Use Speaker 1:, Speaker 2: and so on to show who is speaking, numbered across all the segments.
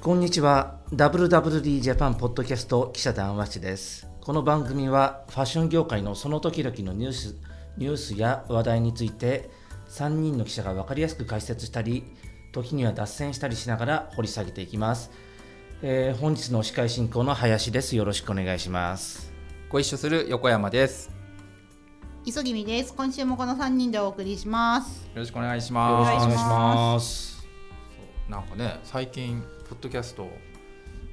Speaker 1: こんにちは WWD ジャパンポッドキャスト記者談話室ですこの番組はファッション業界のその時々のニュースニュースや話題について3人の記者が分かりやすく解説したり時には脱線したりしながら掘り下げていきます、えー本日の司会進行の林ですよろしくお願いします
Speaker 2: ご一緒する横山です。よ
Speaker 3: 急ぎみです。今週もこの三人でお送りします。
Speaker 2: ろしくお願いし
Speaker 1: よろ
Speaker 2: ま
Speaker 1: し
Speaker 2: す。
Speaker 1: くお願いし
Speaker 3: ま
Speaker 1: ます
Speaker 2: なんかね、最近ポッドキャスト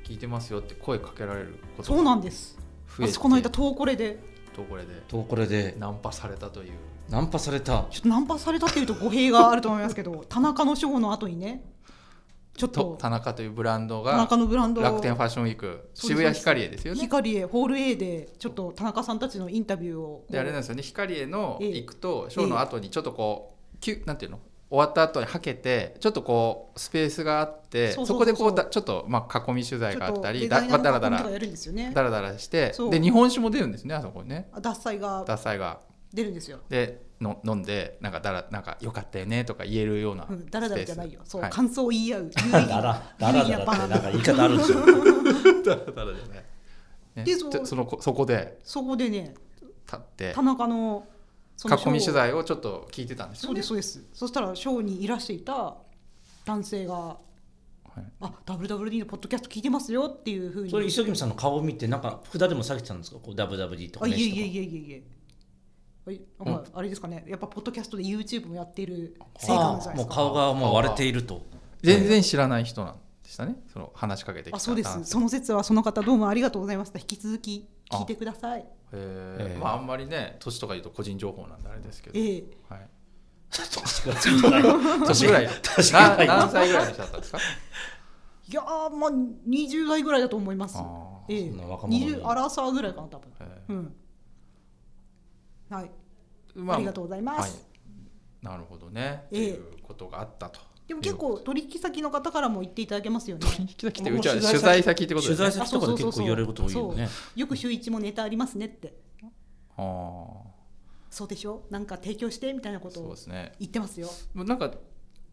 Speaker 2: 聞いてますよって声かけられること
Speaker 3: そうなんです。
Speaker 2: 増えて
Speaker 3: 私この間トーコレで
Speaker 2: とこれで
Speaker 1: とこれで
Speaker 2: ナンパされたという。
Speaker 1: ナンパされた
Speaker 3: ちょっとナンパされたっていうと語弊があると思いますけど、 田中のショーの後にね、ちょっ
Speaker 2: と
Speaker 3: と
Speaker 2: 田中というブランド
Speaker 3: 田
Speaker 2: が
Speaker 3: 中のブランド
Speaker 2: 楽天ファッションウィーク
Speaker 3: そうです
Speaker 2: 渋谷ヒカリエですよね。
Speaker 3: 光へホール A でちょっと田中さんたちのインタビューを
Speaker 2: であれなんですよね。ヒカリエの
Speaker 3: ええ
Speaker 2: 行くとショーの後にちょっとこうきゅなんていうの。終わった後にはけてちょっとこうスペースがあって
Speaker 3: そ
Speaker 2: そう
Speaker 3: そうそう
Speaker 2: こでこうだちょっとまあ囲み取材があったり
Speaker 3: デ
Speaker 2: だ
Speaker 3: ザイナー
Speaker 2: だ
Speaker 3: の
Speaker 2: らだ
Speaker 3: 格好とからやるんですよね。
Speaker 2: だらだらして
Speaker 3: そう
Speaker 2: で日本酒も出るんですねあそこにね
Speaker 3: 脱菜が
Speaker 2: ダサいが
Speaker 3: 出るんですよ。
Speaker 2: での飲んでなんかだらなんか良かったよねとか言えるようなスペー
Speaker 3: う
Speaker 2: ス、
Speaker 3: ん、だらだらじゃないよ。そう、
Speaker 2: はい
Speaker 3: 感想を言い合 う。
Speaker 1: だらだらだらって なんか言い方あるんですよ
Speaker 2: だらだらじゃない、ね、
Speaker 3: で
Speaker 2: で
Speaker 3: そう
Speaker 2: そのこそこで
Speaker 3: そこでね、
Speaker 2: 立って
Speaker 3: 田中のそのショー
Speaker 2: 囲み取材をちょっと聞いてたんです
Speaker 3: そ
Speaker 2: よ
Speaker 3: う
Speaker 2: ね
Speaker 3: ですそうです。そしたらショーにいらしていた男性が
Speaker 2: はい
Speaker 3: あ WWD のポッドキャスト聞いてますよっていうふうに
Speaker 1: それ磯君さんの顔を見てなんか札でも下げてたんですかこう WWD とか
Speaker 3: あいえ
Speaker 1: 飯と
Speaker 3: い
Speaker 1: か
Speaker 3: えいえいえいえはい
Speaker 2: うん
Speaker 3: はいあれですかねやっぱポッドキャストで YouTube もやっている成果なんじ
Speaker 1: ああ
Speaker 3: ゃない
Speaker 1: もう
Speaker 3: ですか
Speaker 1: 顔がもう割れていると
Speaker 2: 全然知らない人なんでしたねその話しかけてきた
Speaker 3: あそうです
Speaker 2: 男性
Speaker 3: その説はその方どうもありがとうございました引き続き聞いてください
Speaker 2: えー
Speaker 1: ええ
Speaker 2: まああんまりね年とか言うと個人情報なんであれですけど、
Speaker 3: ええ
Speaker 2: はい、
Speaker 1: 年がついてない
Speaker 2: 年ぐら い
Speaker 1: 年がない
Speaker 2: な何歳ぐらいの人だったんです か
Speaker 3: いやーまあ20代ぐらいだと思います
Speaker 2: あー
Speaker 3: ええ
Speaker 1: そんな若者に
Speaker 3: 20アラサーぐらいかな多分
Speaker 2: えー
Speaker 3: うんはい
Speaker 2: ま
Speaker 3: ありがとうございます
Speaker 2: い、なるほどね、
Speaker 3: ええ
Speaker 2: ということがあったと
Speaker 3: でも結構取引先の方からも言っていただけますよね
Speaker 2: 取引先って
Speaker 1: もう
Speaker 2: うちは
Speaker 1: 取材
Speaker 2: 取材先ってこと
Speaker 1: 取
Speaker 2: ですね
Speaker 1: 材先とかで結構言われること多いよね
Speaker 3: よく週一もネタありますねって
Speaker 2: あー
Speaker 3: そうでしょなんか提供してみたいなこと
Speaker 2: そう
Speaker 3: を
Speaker 2: ですね
Speaker 3: 言ってますよ
Speaker 2: もうなんか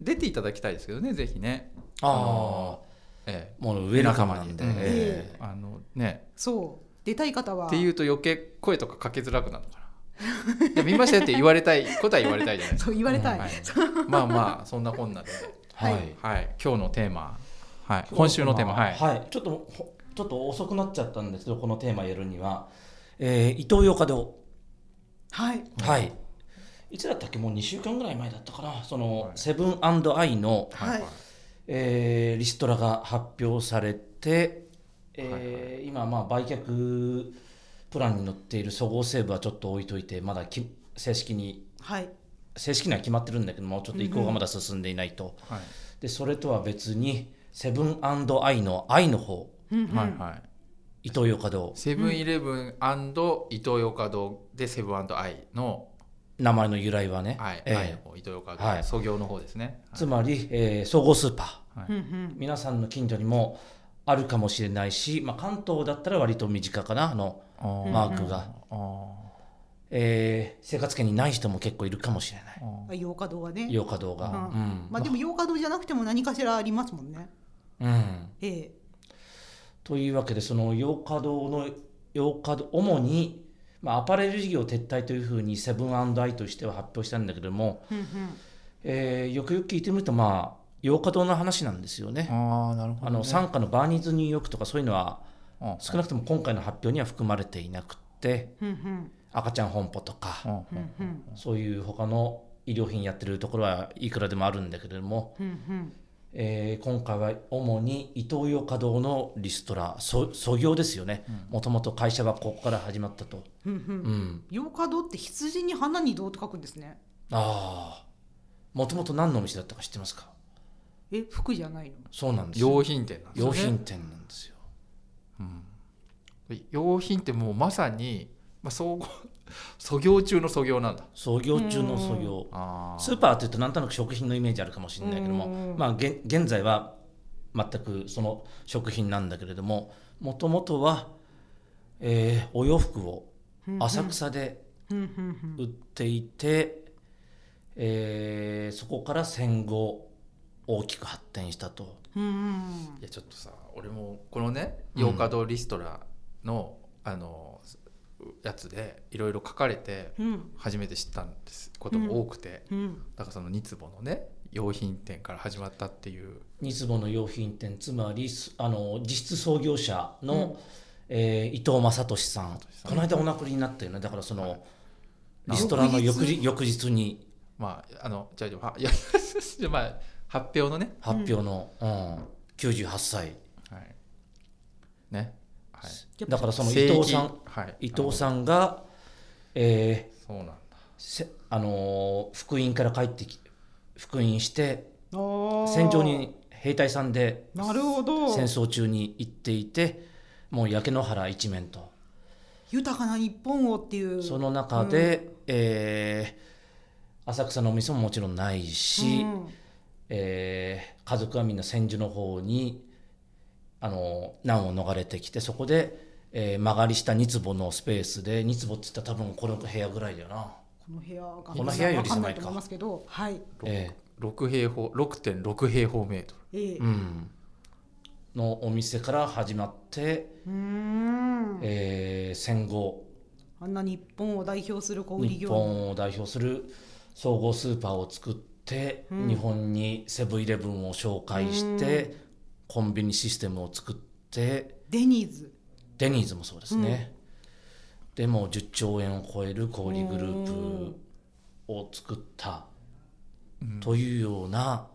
Speaker 2: 出ていただきたいですけどねぜひね
Speaker 1: ああ
Speaker 2: のえ
Speaker 1: もう上仲間なんで、
Speaker 2: うん
Speaker 1: え
Speaker 2: え
Speaker 1: え
Speaker 2: あのね
Speaker 3: そう出たい方は
Speaker 2: っていうと余計声とかかけづらくなるのか ないや見ましたよって言われたいことは言われたいじゃないです
Speaker 3: そ
Speaker 2: か
Speaker 3: う言われたい、
Speaker 2: はいまあまあそんなこんなで、
Speaker 1: はい、
Speaker 3: はい
Speaker 2: はい、今日のテーマ、はい、今週のテーマはい、
Speaker 1: はい、ちょっとほちょっと遅くなっちゃったんですけどこのテーマやるには、えー、伊藤洋華堂
Speaker 3: はい
Speaker 1: はいいつだったっけもう2週間ぐらい前だったかなその、
Speaker 2: はい
Speaker 1: セブンアイの、
Speaker 3: はい
Speaker 1: えーリストラが発表されて、えー
Speaker 2: はい
Speaker 1: 今まあ売却プランに載っているそごう・西武はちょっと置いといてまだき正式に
Speaker 3: はい
Speaker 1: 正式には決まってるんだけどもちょっと移行がまだ進んでいないと、
Speaker 2: はい
Speaker 1: でそれとは別にセブンアイの「愛」の方
Speaker 3: うんうん
Speaker 2: はいはい
Speaker 1: イトーヨーカドー
Speaker 2: セブンイレブンイトーヨーカドーでセブンアイの
Speaker 1: 名前の由来はね、
Speaker 2: はい、
Speaker 1: ええ
Speaker 2: 愛の方イトーヨーカド
Speaker 1: は
Speaker 2: ー
Speaker 1: い
Speaker 2: 創業の方ですね、
Speaker 1: つまり、えー総合スーパー
Speaker 2: はい
Speaker 3: うんうん
Speaker 1: 皆さんの近所にもあるかもしれないし、まあ、関東だったら割と身近かなあの
Speaker 2: あー
Speaker 1: マークが、
Speaker 2: あー
Speaker 1: えー生活圏にない人も結構いるかもしれない
Speaker 2: あー
Speaker 3: あ洋華堂はね
Speaker 1: ヨーカドーが、
Speaker 3: うん
Speaker 1: うん
Speaker 3: まあでも洋華堂じゃなくても何かしらありますもんね
Speaker 1: うん
Speaker 3: ええ
Speaker 1: というわけでそのヨーカドーのヨーカドー主に、まあ、アパレル事業撤退というふうにセブンアイとしては発表したんだけども、
Speaker 3: うんうん
Speaker 1: えーよくよく聞いてみるとまあ洋華堂の話なんですよね。
Speaker 2: あーなるほど、ね、
Speaker 1: あの傘下のバーニーズニューヨークとかそういうのは
Speaker 2: うん
Speaker 1: 少なくとも今回の発表には含まれていなくて
Speaker 3: うんうん
Speaker 1: 赤ちゃん本舗と
Speaker 2: う
Speaker 1: か
Speaker 2: ん
Speaker 3: うんうん
Speaker 1: そういう他の医療品やってるところはいくらでもあるんだけれども、
Speaker 3: うんうん
Speaker 1: えー今回は主にイトーヨーカドーのリストラそ創業ですよねもともと会社はここから始まったと、
Speaker 3: うんう
Speaker 1: うんん、
Speaker 3: 洋華堂って羊に花に堂って書くんですね
Speaker 1: ああもともと何のお店だったか知ってますか
Speaker 3: え服じゃないの
Speaker 1: そうなんですよ
Speaker 2: 用品店なんですよ
Speaker 1: 用
Speaker 2: ね
Speaker 1: 品店なんですよ
Speaker 2: うん用品ってもうまさに、まあ、総合 そ業中のそ業なんだ
Speaker 1: 創業中の創業
Speaker 2: あ
Speaker 1: スーパーっていうとなんとなく食品のイメージあるかもしれないけども、
Speaker 3: うん
Speaker 1: まあ、げん現在は全くその食品なんだけれどももともとは、えーお洋服を浅草で
Speaker 3: うんうん
Speaker 1: 売っていて、えーそこから戦後大きく発展したと。
Speaker 3: うんうん
Speaker 2: いやちょっとさ俺もこのね
Speaker 1: うん
Speaker 2: ヨーカドーリストラの、あのやつでいろいろ書かれて
Speaker 3: うん
Speaker 2: 初めて知ったんですことも多くて、
Speaker 3: うん
Speaker 2: だからそのニツボのね用品店から始まったっていう
Speaker 1: ニツボの用品店つまりすあの実質創業者の、えー伊藤正俊さん
Speaker 2: さん
Speaker 1: この間お亡くなりになったよねだからその、
Speaker 2: はい
Speaker 1: リストラの翌日翌
Speaker 3: 翌
Speaker 1: 日に
Speaker 2: まああのじゃあじゃあはいや まあ発表のね、
Speaker 1: 発表の、うん98歳、
Speaker 2: はい、ね、はい、
Speaker 3: やっぱ
Speaker 1: だからその伊藤さん
Speaker 2: 正規はい、
Speaker 1: 伊藤
Speaker 2: ん
Speaker 1: さんが、えー
Speaker 2: そうなんだ
Speaker 1: せあのー福音から帰ってき復員して
Speaker 3: あー
Speaker 1: 戦場に兵隊さんで
Speaker 3: なるほど
Speaker 1: 戦争中に行っていてもう焼け野原一面と。
Speaker 3: 豊かな日本をっていう
Speaker 1: その中で、えー浅草のお店ももちろんないし、
Speaker 3: うん
Speaker 1: えー家族はみんな千住の方にあの難を逃れてきてそこで、えー曲がりしたニツボのスペースでニツボって言ったら多分この部屋ぐらいだよな、
Speaker 3: この部屋が
Speaker 1: この部屋より狭いか
Speaker 3: わんないと思いますけどはい
Speaker 2: ろく
Speaker 1: ええ
Speaker 2: 六平方6.6平方メートル
Speaker 3: ええ
Speaker 1: うん、のお店から始まって、
Speaker 3: うーん
Speaker 1: えー戦後
Speaker 3: あんな日本を代表する小売
Speaker 1: 日
Speaker 3: 業の
Speaker 1: 本を代表する総合スーパーを作って、
Speaker 3: うん
Speaker 1: 日本にセブンイレブンを紹介して、コンビニシステムを作って
Speaker 3: デニーズ
Speaker 1: デニーズもそうですね、でもう10兆円を超える小売グループを作った
Speaker 2: うん
Speaker 1: というような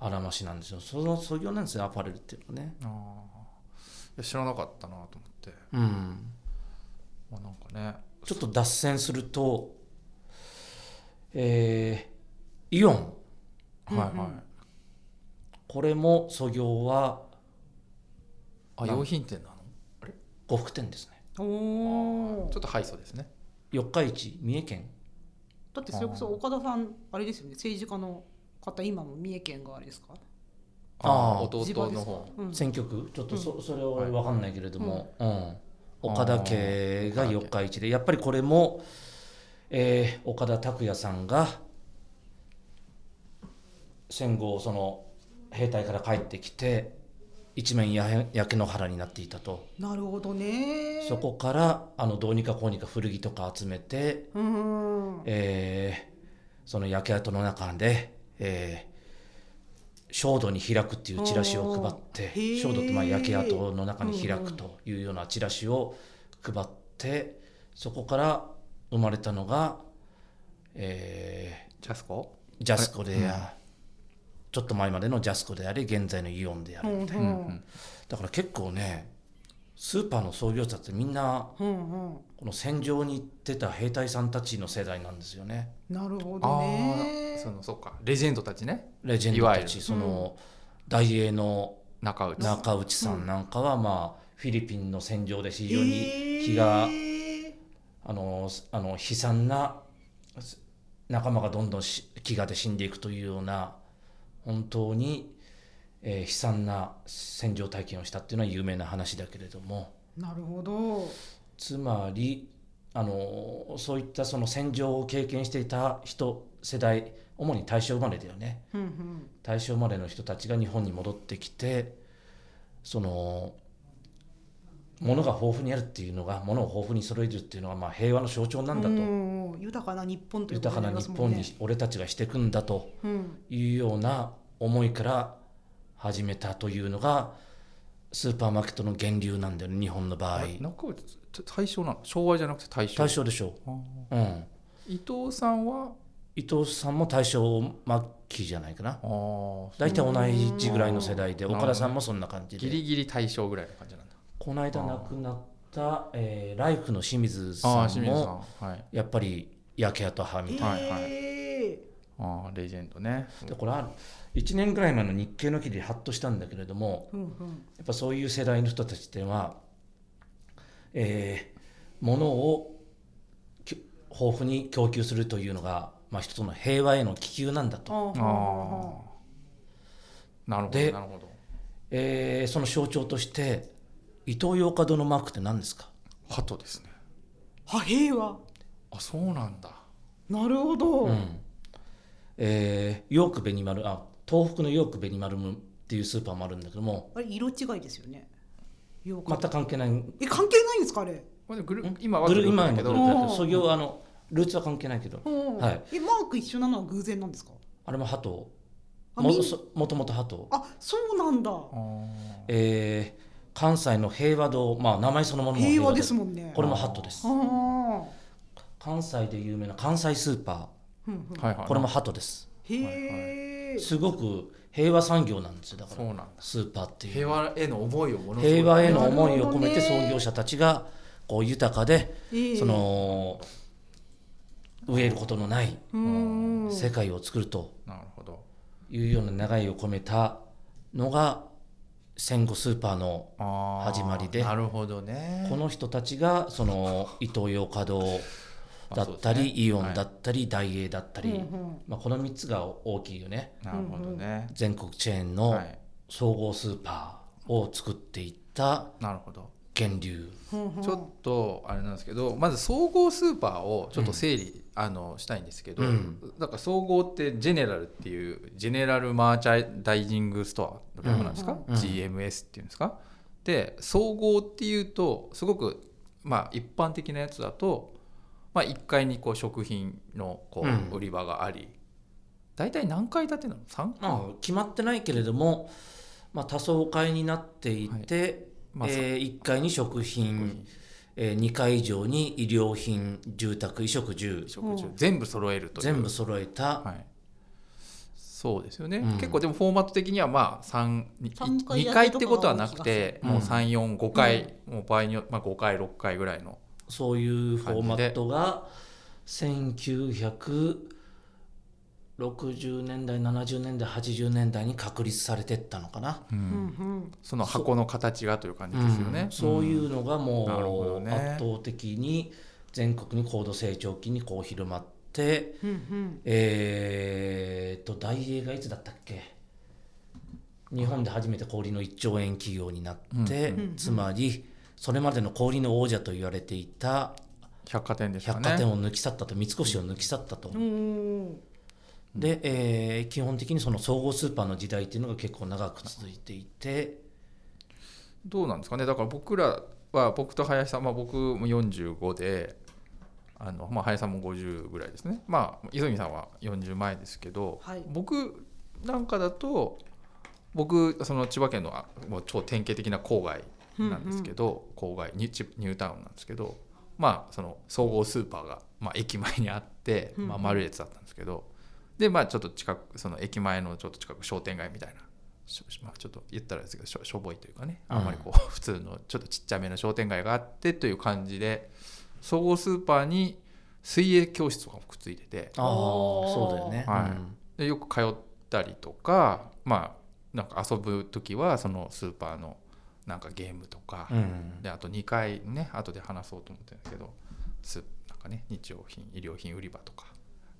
Speaker 1: あらましなんですよその創業なんですよアパレルっていうのはね。
Speaker 2: あーいや知らなかったなと思って、
Speaker 1: うん
Speaker 2: まあ、なんかね
Speaker 1: ちょっと脱線すると、えーイオン
Speaker 2: はいはい、
Speaker 3: うんうん
Speaker 1: これも創業は
Speaker 2: あ用品店なの
Speaker 1: 呉服店ですね
Speaker 3: お
Speaker 2: あー
Speaker 3: お
Speaker 2: ちょっと敗訴ですね
Speaker 1: 四日市三重県
Speaker 3: だってそれこそ岡田さんあれですよね政治家の方今も三重県があれですか
Speaker 1: あー
Speaker 2: 弟
Speaker 3: 地場で
Speaker 2: の
Speaker 3: すか
Speaker 2: 方、
Speaker 3: うん
Speaker 1: 選挙区ちょっとそ,、それは
Speaker 2: はい
Speaker 1: 分かんないけれども、うん
Speaker 2: ー
Speaker 1: 岡田家が四日市でやっぱりこれも、えー岡田拓也さんが戦後その兵隊から帰ってきて一面やへ焼け野原になっていたと。
Speaker 3: なるほどね
Speaker 1: そこからあのどうにかこうにか古着とか集めて、
Speaker 3: うーん
Speaker 1: えーその焼け跡の中で、えー、焦土に開くっていうチラシを配っ
Speaker 3: お
Speaker 1: て
Speaker 3: ーへー
Speaker 1: 焦土ってまあ焼け跡の中に開くというようなチラシを配ってそこから生まれたのが、え
Speaker 2: ジャスコ
Speaker 1: ージャスコでや、ちょっと前までのジャスコであり現在のイオンである、
Speaker 3: うん
Speaker 2: うんうん
Speaker 1: だから結構ねスーパーの創業者ってみんな
Speaker 3: うんうん
Speaker 1: この戦場に行ってた兵隊さんたちの世代なんですよね
Speaker 3: なるほど
Speaker 2: あ
Speaker 3: ね
Speaker 2: あそのそうかレジェンドたちね
Speaker 1: レジェンド
Speaker 2: いわ
Speaker 1: た
Speaker 2: ゆる
Speaker 1: ちその大英の
Speaker 2: 中内
Speaker 1: 中内さんなんかはまあフィリピンの戦場で非常に気が
Speaker 3: へー
Speaker 1: あのあの悲惨なす仲間がどんどんし飢餓で死んでいくというような本当にえー悲惨な戦場体験をしたっていうのは有名な話だけれども
Speaker 3: なるほど
Speaker 1: つまりあのそういったその戦場を経験していた人世代主に大正生まれだよね。
Speaker 3: うんうん
Speaker 1: 大正生まれの人たちが日本に戻ってきてその物が豊富にあるっていうのが物を豊富に揃えるっていうのはまあ平和の象徴なんだと、
Speaker 3: うんうん豊かな日本というこ
Speaker 1: 豊
Speaker 3: と
Speaker 1: か
Speaker 3: にな
Speaker 1: な
Speaker 3: ります
Speaker 1: 日
Speaker 3: もん
Speaker 1: 本
Speaker 3: ね
Speaker 1: に俺たちがしていくんだと
Speaker 3: うん
Speaker 1: いうような思いから始めたというのがスーパーマーケットの源流なんだよね日本の場合
Speaker 2: あれ中内ちょ大正なの昭和じゃなくて大正
Speaker 1: 大正でしょ
Speaker 2: あー
Speaker 1: う、うん、
Speaker 2: 伊藤さんは
Speaker 1: 伊藤さんも大正末期じゃないかな
Speaker 2: あー
Speaker 1: 大体同じぐらいの世代で
Speaker 2: うん
Speaker 1: 岡田さんもそんな感じで
Speaker 2: ギリギリ大正ぐらいの感じなんだ
Speaker 1: この間亡くなった、えーライフの清水
Speaker 2: あ
Speaker 1: さ
Speaker 2: あ
Speaker 1: ん
Speaker 2: 清水
Speaker 1: も
Speaker 2: さんはい
Speaker 1: やっぱり焼け跡派みたいな、
Speaker 2: はいはい
Speaker 3: え
Speaker 2: ああレジェンドね
Speaker 1: でこれは1年ぐらい前の日経の記事でハッとしたんだけれども
Speaker 3: ーうんうん
Speaker 1: やっぱそういう世代の人たちっていうのは、えー物をき豊富に供給するというのが、まあ、一つの平和への気球なんだと、
Speaker 3: あ
Speaker 2: ああなるほど
Speaker 1: で
Speaker 2: なるほど
Speaker 1: えーその象徴として伊東洋華堂のマークって何ですか
Speaker 2: 鳩ですね
Speaker 3: あ平和
Speaker 2: あそうなんだ
Speaker 3: なるほど、
Speaker 1: うんえーヨークベニマルあ東北のヨークベニマルムっていうスーパーもあるんだけども
Speaker 3: あれ色違いですよねようか
Speaker 1: 全く関係ない
Speaker 3: え関係ないんですかあれ
Speaker 2: まあ、グル
Speaker 1: ん
Speaker 2: 今は
Speaker 1: グル
Speaker 2: グループ
Speaker 1: 今
Speaker 2: だ
Speaker 1: の
Speaker 2: け
Speaker 1: グル
Speaker 2: ど
Speaker 1: ープだけど
Speaker 3: おー
Speaker 1: そぎょあのルーツは関係ないけどはい
Speaker 3: えマーク一緒なのは偶然なんですか
Speaker 1: あれもハト
Speaker 3: あ
Speaker 1: も
Speaker 3: みん
Speaker 1: そもともとハト
Speaker 3: あそうなんだ
Speaker 2: あ
Speaker 1: えー関西の平和堂まあ名前そのものも
Speaker 3: 平和です
Speaker 1: も
Speaker 3: もんね
Speaker 1: これもハトです
Speaker 3: ああ
Speaker 1: 関西で有名な関西スーパ
Speaker 3: ふんふん
Speaker 2: ーはいはい
Speaker 1: ーこれもハトです
Speaker 3: へえ
Speaker 1: すごく平和産業なんですよだか
Speaker 2: そう
Speaker 1: ら
Speaker 2: なんだ
Speaker 1: スーパーっていう
Speaker 2: 平和への思いをものすごい
Speaker 1: 平和への思いを込めて
Speaker 3: なるほどね
Speaker 1: 創業者たちがこう豊かでその飢えることのない
Speaker 3: うん
Speaker 1: 世界を作ると
Speaker 2: なるほど
Speaker 1: いうような願いを込めたのが戦後スーパーの
Speaker 2: あー
Speaker 1: 始まりで
Speaker 2: なるほどね
Speaker 1: この人たちがそのイトーヨーカドーだった
Speaker 2: まあそうですね
Speaker 1: りイオ
Speaker 2: は
Speaker 1: ン
Speaker 2: い
Speaker 1: だったりダイエーだったり
Speaker 3: うんうん
Speaker 1: まあこの3つが大きいよね
Speaker 2: なるほどね、
Speaker 1: 全国チェーンの
Speaker 2: はい
Speaker 1: 総合スーパーを作っていった
Speaker 2: なるほど
Speaker 1: 源流
Speaker 3: ふんふん
Speaker 2: ちょっとあれなんですけどまず総合スーパーをちょっと整理、あのしたいんですけど、
Speaker 1: うん
Speaker 2: だから総合ってジェネラルっていうジェネラルマーチャダイジングストアの略なんですか、
Speaker 1: うん
Speaker 2: GMS っていうんですかで総合っていうとすごくまあ一般的なやつだと、まあ、1階にこう食品のこ
Speaker 1: うん
Speaker 2: う売り場があり、大体何階建てなの ?3
Speaker 1: まあ決まってないけれどもまあ多層階になっていて
Speaker 2: まあ、
Speaker 1: え1階に食品えー2階以上に衣料品住宅衣食住
Speaker 2: 食事全部揃えるという
Speaker 1: 全部揃えた、
Speaker 2: はい、そうですよね、
Speaker 1: うん
Speaker 2: 結構でもフォーマット的にはまあ3に
Speaker 3: 三回
Speaker 2: 2回ってことはなくて
Speaker 1: とかは
Speaker 2: もう
Speaker 1: 多い気がす
Speaker 2: 345回、もう場合によまあ、5回6回ぐらいの
Speaker 1: そういうフォーマットが1960年代70年代80年代に確立されてったのかな、
Speaker 3: うんうん
Speaker 2: その箱の形がという感じですよね、
Speaker 1: うんそうい
Speaker 2: ん
Speaker 1: うのが
Speaker 2: うんなるほ
Speaker 1: も
Speaker 2: ど
Speaker 1: う
Speaker 2: ね
Speaker 1: 圧倒的に全国に高度成長期にこう広まって
Speaker 3: ふんふん
Speaker 1: えー、と大英がいつだったっけ日本で初めて氷の1兆円企業になって、
Speaker 2: うん
Speaker 3: うん
Speaker 1: つまりそれまでの氷の王者と言われていた
Speaker 2: 百貨店ですか
Speaker 1: 百
Speaker 2: ね
Speaker 1: 貨店を抜き去ったと三越を抜き去ったと、
Speaker 3: おー
Speaker 1: で、えー基本的にその総合スーパーの時代っていうのが結構長く続いていて、
Speaker 2: どうなんですかねだから僕らは僕と林さん、まあ、僕も45であの、まあ、林さんも50ぐらいですねまあ泉さんは40前ですけど、
Speaker 3: はい
Speaker 2: 僕なんかだと僕その千葉県のあもう超典型的な郊外なんですけど、郊外ニュチニュータウンなんですけどまあその総合スーパーが、まあ、駅前にあって、
Speaker 3: うんうん
Speaker 2: まあ、丸越だったんですけど、でまあちょっと近くその駅前のちょっと近く商店街みたいな、しょまあ、ちょっと言ったらですけどしょしょぼいというかね
Speaker 1: うん
Speaker 2: あんまりこう、 普通のちょっとちっちゃめの商店街があってという感じで総合スーパーに水泳教室とかもくっついてて
Speaker 1: ああ
Speaker 3: おー
Speaker 1: そうだよね、
Speaker 2: はい
Speaker 1: うん
Speaker 2: でよく通ったりとかまあなんか遊ぶ時はそのスーパーのなんかゲームとか、
Speaker 1: うん
Speaker 2: であと2回ね後で話そうと思ってるんですけどスなんかね日用品衣料品売り場とか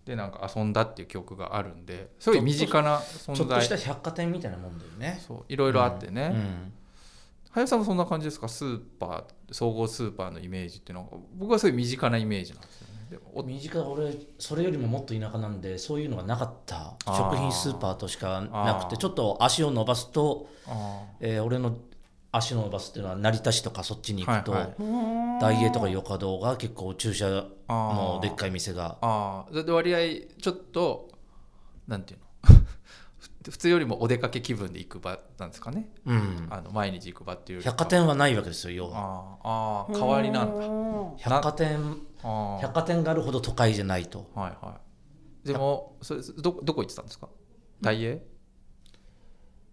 Speaker 2: でなんか遊んだっていう記憶があるんですごい身近な
Speaker 1: ちょ
Speaker 2: 存
Speaker 1: っと
Speaker 2: 在
Speaker 1: した百貨店みたいなもんだよね
Speaker 2: そういろいろあってね、
Speaker 1: うん
Speaker 2: 林さんもそんな感じですかスーパー総合スーパーのイメージっていうのは僕はすごい身近なイメージなんですよねでもお
Speaker 1: 身近俺それよりももっと田舎なんでそういうのがなかった
Speaker 2: あー
Speaker 1: 食品スーパーとしかなく
Speaker 2: あー
Speaker 1: てちょっと足を伸ばすと、
Speaker 2: あ
Speaker 1: えー俺の足を伸ばすっていうのは成田市とかそっちに行くと、
Speaker 2: はいはい
Speaker 3: おー
Speaker 1: ダイエーとかヨカドーが結構駐車
Speaker 2: ーあ
Speaker 1: の
Speaker 2: ー
Speaker 1: でっかい店が
Speaker 2: ああで割合ちょっとなんていうの ふ普通よりもお出かけ気分で行く場なんですかね、
Speaker 1: うん
Speaker 2: あの毎日行く場っていうよりか
Speaker 1: 百貨店はないわけですよ要は
Speaker 2: ああああ代わりなんだ
Speaker 3: おー
Speaker 1: 百貨店
Speaker 2: あ
Speaker 1: 百貨店があるほど都会じゃないと
Speaker 2: あはいはいでもそれどどこ行ってたんですか大英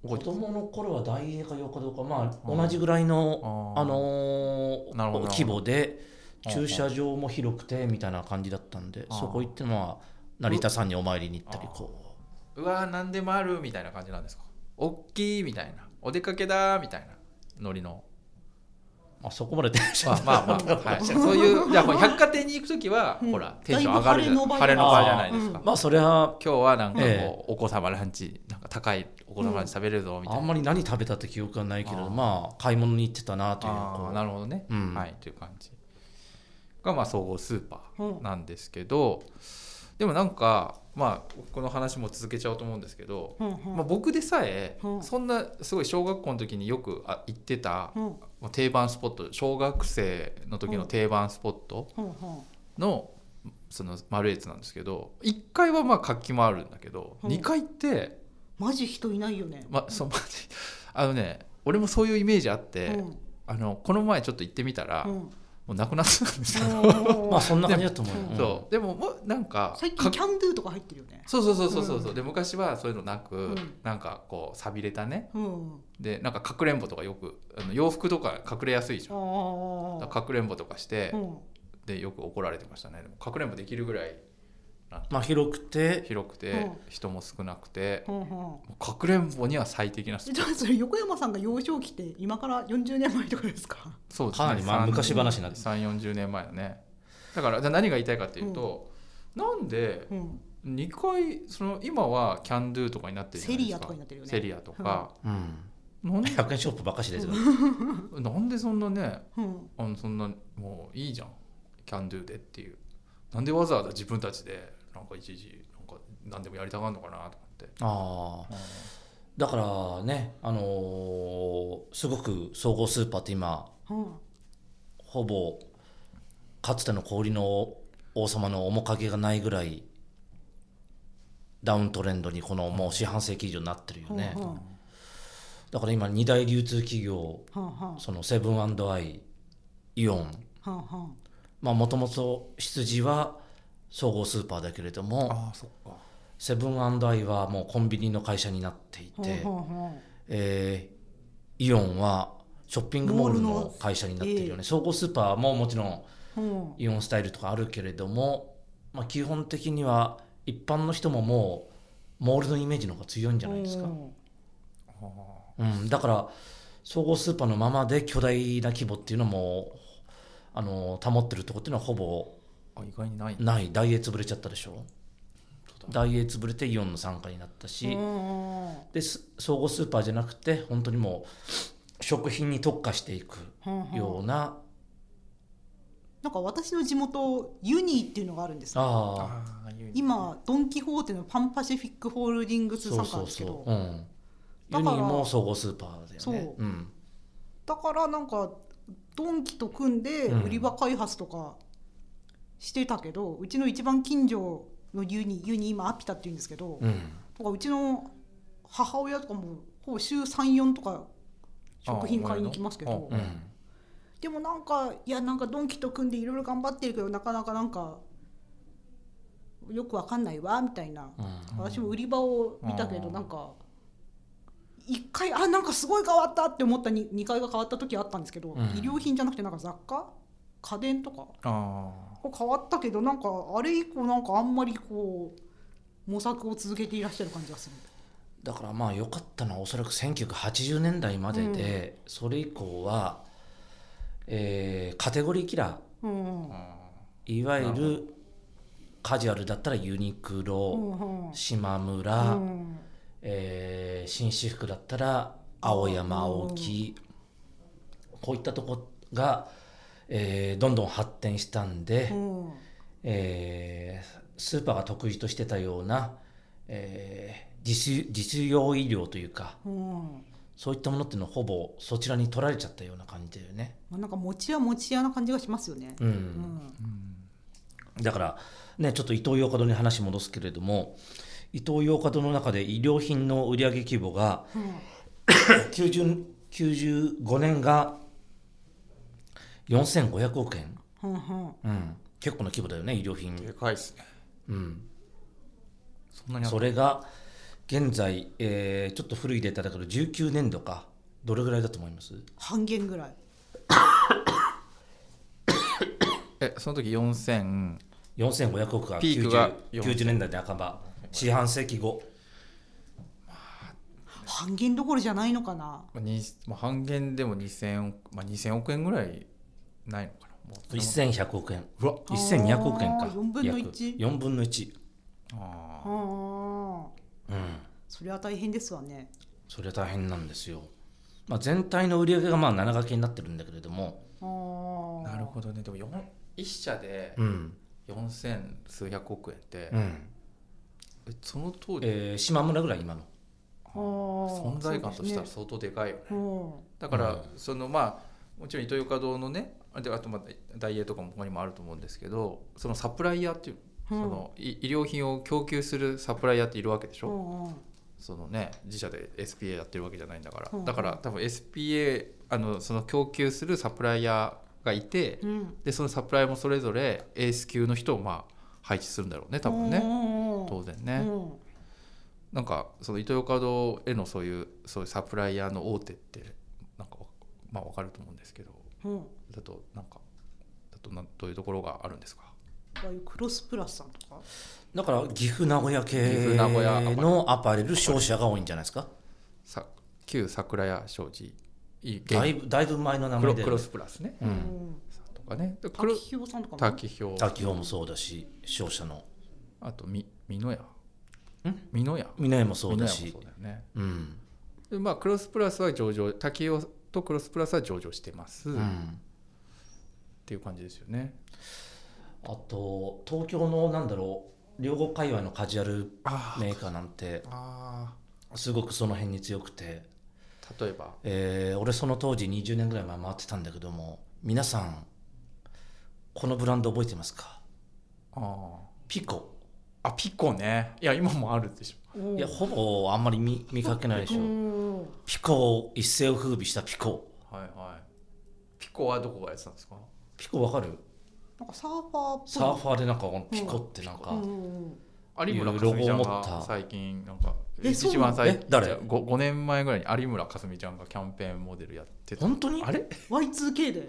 Speaker 1: 子供の頃はダイエーかヨカドーかまあ同じぐらいの、
Speaker 2: あー
Speaker 1: あのー
Speaker 2: なるほど
Speaker 1: 規模で
Speaker 2: なるほ
Speaker 1: 駐
Speaker 2: ど
Speaker 1: 車場も広くてみたいな感じだったんで
Speaker 2: あー
Speaker 1: そこ行ってまあ成田山にお参りに行ったりこ
Speaker 2: うわー何でもあるみたいな感じなんですかおっきいみたいなお出かけだーみたいなノリの
Speaker 1: うあそこまでテンション
Speaker 2: まあまあま あ、はい、そういうじゃあ百貨店に行く時は、
Speaker 3: うん
Speaker 2: ほらテンション上がるじゃな
Speaker 3: だい
Speaker 2: い
Speaker 3: ぶ
Speaker 2: 晴
Speaker 3: 晴
Speaker 2: れ
Speaker 3: れ
Speaker 2: の
Speaker 1: の場
Speaker 2: 場じ
Speaker 1: じ
Speaker 2: ゃ
Speaker 1: ゃ
Speaker 2: な
Speaker 1: ないい
Speaker 2: で
Speaker 3: ですす
Speaker 2: か
Speaker 3: か、
Speaker 1: まあそれは
Speaker 2: 今日はなんかこう、
Speaker 1: え
Speaker 2: お子様ランチなんか高いお子様ランチ食べれるぞみたい
Speaker 1: あ
Speaker 2: な、
Speaker 1: んまり何食べたって記憶はないけれ
Speaker 2: あ
Speaker 1: ど
Speaker 2: ー
Speaker 1: まあ買い物に行ってたなという
Speaker 2: あ
Speaker 1: こ
Speaker 2: あ
Speaker 1: う
Speaker 2: なるほどね、
Speaker 1: うん
Speaker 2: はいという感じがまあ総合スーパ
Speaker 3: う
Speaker 2: ー
Speaker 3: ん
Speaker 2: なんですけど、でもなんかまあこの話も続けちゃうと思うんですけど、
Speaker 3: うん
Speaker 2: まあ、僕でさえ
Speaker 3: うん
Speaker 2: そんなすごい小学校の時によくあ行ってた
Speaker 3: うんうん
Speaker 2: まあ定番スポット小学生の時の定番スポット
Speaker 3: うんうん
Speaker 2: のその丸越なんですけど1階はまあ活気もあるんだけど
Speaker 3: うん
Speaker 2: 2階って
Speaker 3: マジ人いないよね。
Speaker 2: まあそうマジ あのね俺もそういうイメージあって、
Speaker 3: うん
Speaker 2: あのこの前ちょっと行ってみたら、
Speaker 3: う
Speaker 2: も
Speaker 3: ん
Speaker 2: うなくなってたんですよ、
Speaker 1: まあそんな感じだと思う
Speaker 3: で
Speaker 1: よ。
Speaker 2: そうでももうなんか
Speaker 3: 最近
Speaker 2: か
Speaker 3: キャンドゥとか入ってるよね。
Speaker 2: そうそうそうそうそうそう
Speaker 3: うん
Speaker 2: で昔はそういうのなく、
Speaker 3: うん
Speaker 2: なんかこうさびれたね
Speaker 3: うん。
Speaker 2: でなんかかくれんぼとかよくあの洋服とか隠れやすいじゃんだ
Speaker 3: あ
Speaker 2: からかくれんぼとかして、
Speaker 3: あ。うん。
Speaker 2: でよく怒られてましたねでもかくれんぼできるぐらい
Speaker 1: まあ広くて、
Speaker 2: 広くて、
Speaker 3: うん
Speaker 2: 人も少なくて、
Speaker 3: うんうん。
Speaker 2: もうかくれんぼには最適な
Speaker 3: じゃあそれ横山さんが幼少期って今から40年前とかですか。
Speaker 2: そうです
Speaker 1: かなりまあ
Speaker 2: 三
Speaker 1: 昔話になって
Speaker 2: 3 4 0年前のねだからじゃあ何が言いたいかっていうと、なんで
Speaker 3: うん。
Speaker 2: 2回その今はキャンドゥとかになってるじゃないです
Speaker 3: セリアとかになってるよね
Speaker 2: セリアとか、
Speaker 1: うん、
Speaker 2: なんで
Speaker 1: 100円ショップばっかしですよ。
Speaker 2: なんでそんなね
Speaker 3: うん。
Speaker 2: あのそんなもういいじゃんキャンドゥでっていうなんでわざわざ自分たちでなんか一時なんか何でもやりたがるのかなと思って、
Speaker 1: ああだからね、あのーすごく総合スーパーって今
Speaker 3: うん。
Speaker 1: ほぼかつての氷の王様の面影がないぐらいダウントレンドにこのもう四半世紀以上になってるよね、
Speaker 3: うんうん
Speaker 1: だから今二大流通企業
Speaker 3: はんはん
Speaker 1: そのセブンアイイオン
Speaker 3: はんはん。
Speaker 1: まあもともと羊は総合スーパーだけれども
Speaker 2: ああそっか
Speaker 1: セブンアイはもうコンビニの会社になってい
Speaker 3: はん
Speaker 1: て、
Speaker 3: はんはん
Speaker 1: えーイオンはショッピングモール
Speaker 3: モール
Speaker 1: の
Speaker 3: の
Speaker 1: 会社になってるよ
Speaker 3: え
Speaker 1: ね総合スーパーももちろん
Speaker 3: うん。
Speaker 1: イオンスタイルとかあるけれども、まあ、基本的には一般の人ももうモールのイメージの方が強いんじゃないですか、
Speaker 2: ああ
Speaker 1: うん、だから総合スーパーのままで巨大な規模っていうのもあの保ってるとこっていうのはほぼ
Speaker 2: あ意外にないんだ
Speaker 1: ないダイエー潰れちゃったでしょ
Speaker 2: 当
Speaker 1: ダイエー潰れてイオンの傘下になったし、
Speaker 3: うんうん
Speaker 1: です総合スーパーじゃなくて本当にもう食品に特化していく
Speaker 3: うんうん
Speaker 1: ような、
Speaker 3: なんか私の地元ユニーっていうのがあるんですよ
Speaker 1: ああ
Speaker 2: ああいう
Speaker 3: 今ドン・キホーテのパンパシフィックホールディングス
Speaker 1: そ
Speaker 3: 傘
Speaker 1: う
Speaker 3: 下な
Speaker 1: そ
Speaker 3: ん
Speaker 1: うそ
Speaker 3: ですけど
Speaker 1: う、うん、ユ
Speaker 3: だ
Speaker 1: ニ
Speaker 3: から
Speaker 1: も総合スーパーだよね
Speaker 3: そう
Speaker 1: う、ん、
Speaker 3: だからなんかドンキと組んで
Speaker 1: うん
Speaker 3: 売り場開発とかしてたけど、うちの一番近所のユニユニ今アピタっていうんですけど、
Speaker 1: うん、
Speaker 3: とかうちの母親とかもほぼ週34とか食品買いに行きますけ
Speaker 2: あ
Speaker 3: ど
Speaker 2: お
Speaker 1: うん
Speaker 3: でもなんかいやなんかドンキと組んでいろいろ頑張ってるけどなかなかなんかよくわかんないわみたいな
Speaker 1: うん
Speaker 2: ん
Speaker 3: 私も売り場を見たけ
Speaker 2: う
Speaker 3: ど
Speaker 2: ん
Speaker 3: なんか1回あなんかすごい変わったって思った 2, 2階が変わった時あったんですけど、
Speaker 1: うん
Speaker 3: 衣料品じゃなくてなんか雑貨家電とか
Speaker 2: あ
Speaker 3: こう変わったけどなんかあれ以降なんかあんまりこう模索を続けていらっしゃる感じがする。
Speaker 1: だからまあ良かったのはおそらく1980年代までで、それ以降は、えーカテゴリーキラー
Speaker 3: うん
Speaker 2: ー
Speaker 3: うん
Speaker 2: あ
Speaker 1: いわゆ
Speaker 2: なる
Speaker 1: るカジュアルだったらユニクロ、
Speaker 3: うん
Speaker 1: 島
Speaker 3: う
Speaker 1: 村、
Speaker 3: ん
Speaker 1: えー紳士服だったら青山青木、こういったとこが、えーどんどん発展したんで、
Speaker 3: うん
Speaker 1: えースーパーが得意としてたような、えー実実用医療というか
Speaker 3: うん
Speaker 1: そういったものっていうのはほぼそちらに取られちゃったような感じだよね。
Speaker 3: まあなんか餅は餅屋な感じがしますよね。
Speaker 1: うん
Speaker 3: うん
Speaker 2: ーうん
Speaker 1: だから、ね、ちょっとイトーヨーカドーに話戻すけれども、イトーヨーカドーの中で衣料品の売上規模が
Speaker 3: うん
Speaker 1: 90 95年が4500億円、
Speaker 3: うんうん
Speaker 1: うん、結構な規模だよね、衣料品。
Speaker 2: でかいっすね
Speaker 1: うん、
Speaker 2: そんなにあった
Speaker 1: それが現在、えーちょっと古いデータだけど、19年度か、どれぐらいだと思います
Speaker 3: 半減ぐらい。
Speaker 2: えその時4000
Speaker 1: ?4500 億が
Speaker 2: ピークが
Speaker 1: 90, 90年代半ば、四半世紀後。
Speaker 3: 半減どころじゃないのかな。
Speaker 2: まあにまあ、半減でも2000億、まあ、2000億円ぐらいないのかなもう
Speaker 1: 1100億円
Speaker 2: うわ
Speaker 1: 1200億円か
Speaker 3: あー4分の
Speaker 1: 約
Speaker 3: 1
Speaker 1: 4分の1
Speaker 2: あー
Speaker 3: ああ、
Speaker 1: うん
Speaker 3: それは大変ですわね。
Speaker 1: それは大変なんですよ、まあ、全体の売り上げがまあ7掛けになってるんだけれども
Speaker 3: ああ、
Speaker 2: なるほどねでも4一社で
Speaker 1: うん
Speaker 2: 4000数百億円って、
Speaker 1: うん
Speaker 2: えその当時、
Speaker 1: えー島村ぐらい今の
Speaker 2: 存
Speaker 3: 存
Speaker 2: 在感としたら相当でかいよね
Speaker 3: ほ
Speaker 2: だから、
Speaker 1: うん
Speaker 2: そのまあもちろんイトーヨーカ堂のねあであとまあダイエーとかも他にもあると思うんですけどそのサプライヤーっていう、
Speaker 3: うん
Speaker 2: そのい医療品を供給するサプライヤーっているわけでし
Speaker 3: う
Speaker 2: ょ、
Speaker 3: ほう
Speaker 2: そのね自社で SPA やってるわけじゃないんだから、
Speaker 3: うん
Speaker 2: だから多分 SPA あのその供給するサプライヤーがいて、
Speaker 3: うん
Speaker 2: でそのサプライヤーもそれぞれエース級の人をまあ配置するんだろうね多分ね、
Speaker 3: ね
Speaker 2: 当然ね、
Speaker 3: うん
Speaker 2: なんかそのイトーヨーカ堂へのそういうそういうサプライヤーの大手ってなんかまあわかると思うんですけど
Speaker 3: うんこ
Speaker 2: だとなんかだとなんどういうところがあるんですか
Speaker 3: ういうクロスプラスさんとか
Speaker 1: だから岐阜名古屋
Speaker 2: 岐
Speaker 1: 系
Speaker 2: 阜名古屋アパレル
Speaker 1: のアパレル商社が多いんじゃないですか
Speaker 2: さ旧桜屋商事い現
Speaker 1: だいぶだいぶ前の名
Speaker 2: ク
Speaker 1: 前
Speaker 2: ロ
Speaker 1: で
Speaker 2: クロスプラスね、
Speaker 1: うん
Speaker 3: うん
Speaker 2: さんとかねで黒
Speaker 3: 滝ひよさんとかも
Speaker 2: 滝氷
Speaker 1: 滝尾もそうだし商社の
Speaker 2: あとみ美濃屋美濃屋
Speaker 1: 美濃屋もそう
Speaker 2: 美濃
Speaker 1: だ
Speaker 2: 屋も
Speaker 1: し
Speaker 2: そうだよね
Speaker 1: うん
Speaker 2: でまあクロスプラスは上場滝氷とクロスプラスは上場してます、
Speaker 1: う
Speaker 2: っ
Speaker 1: ん
Speaker 2: ていう感じですよね
Speaker 1: あと東京のなんだろう両国界隈のカジュアル
Speaker 2: あ
Speaker 1: メーカーなんて
Speaker 2: あ
Speaker 1: すごくその辺に強くて、
Speaker 2: ー例えば
Speaker 1: えー俺その当時20年ぐらい前回ってたんだけども皆さんこのブランド覚えてますか
Speaker 2: あー
Speaker 1: ピコ
Speaker 2: あピコねいや今もあるでしょ
Speaker 1: いやほぼあんまり見見かけないでしょ
Speaker 3: ょ
Speaker 1: ピコを一世を風靡したピコ
Speaker 2: はいはいピコはどこがやってたんですか
Speaker 1: ピコわかる
Speaker 3: なんかサーファーっぽい
Speaker 1: サーファーでなんかこのピコってなんか、
Speaker 3: うん
Speaker 2: 有村架純ちゃんが最近なんか
Speaker 3: えそう
Speaker 2: 一番最近
Speaker 1: え誰
Speaker 2: 5, 5年前ぐらいに有村架純ちゃんがキャンペーンモデルやってた
Speaker 1: 本当に
Speaker 2: あれ
Speaker 3: Y2K で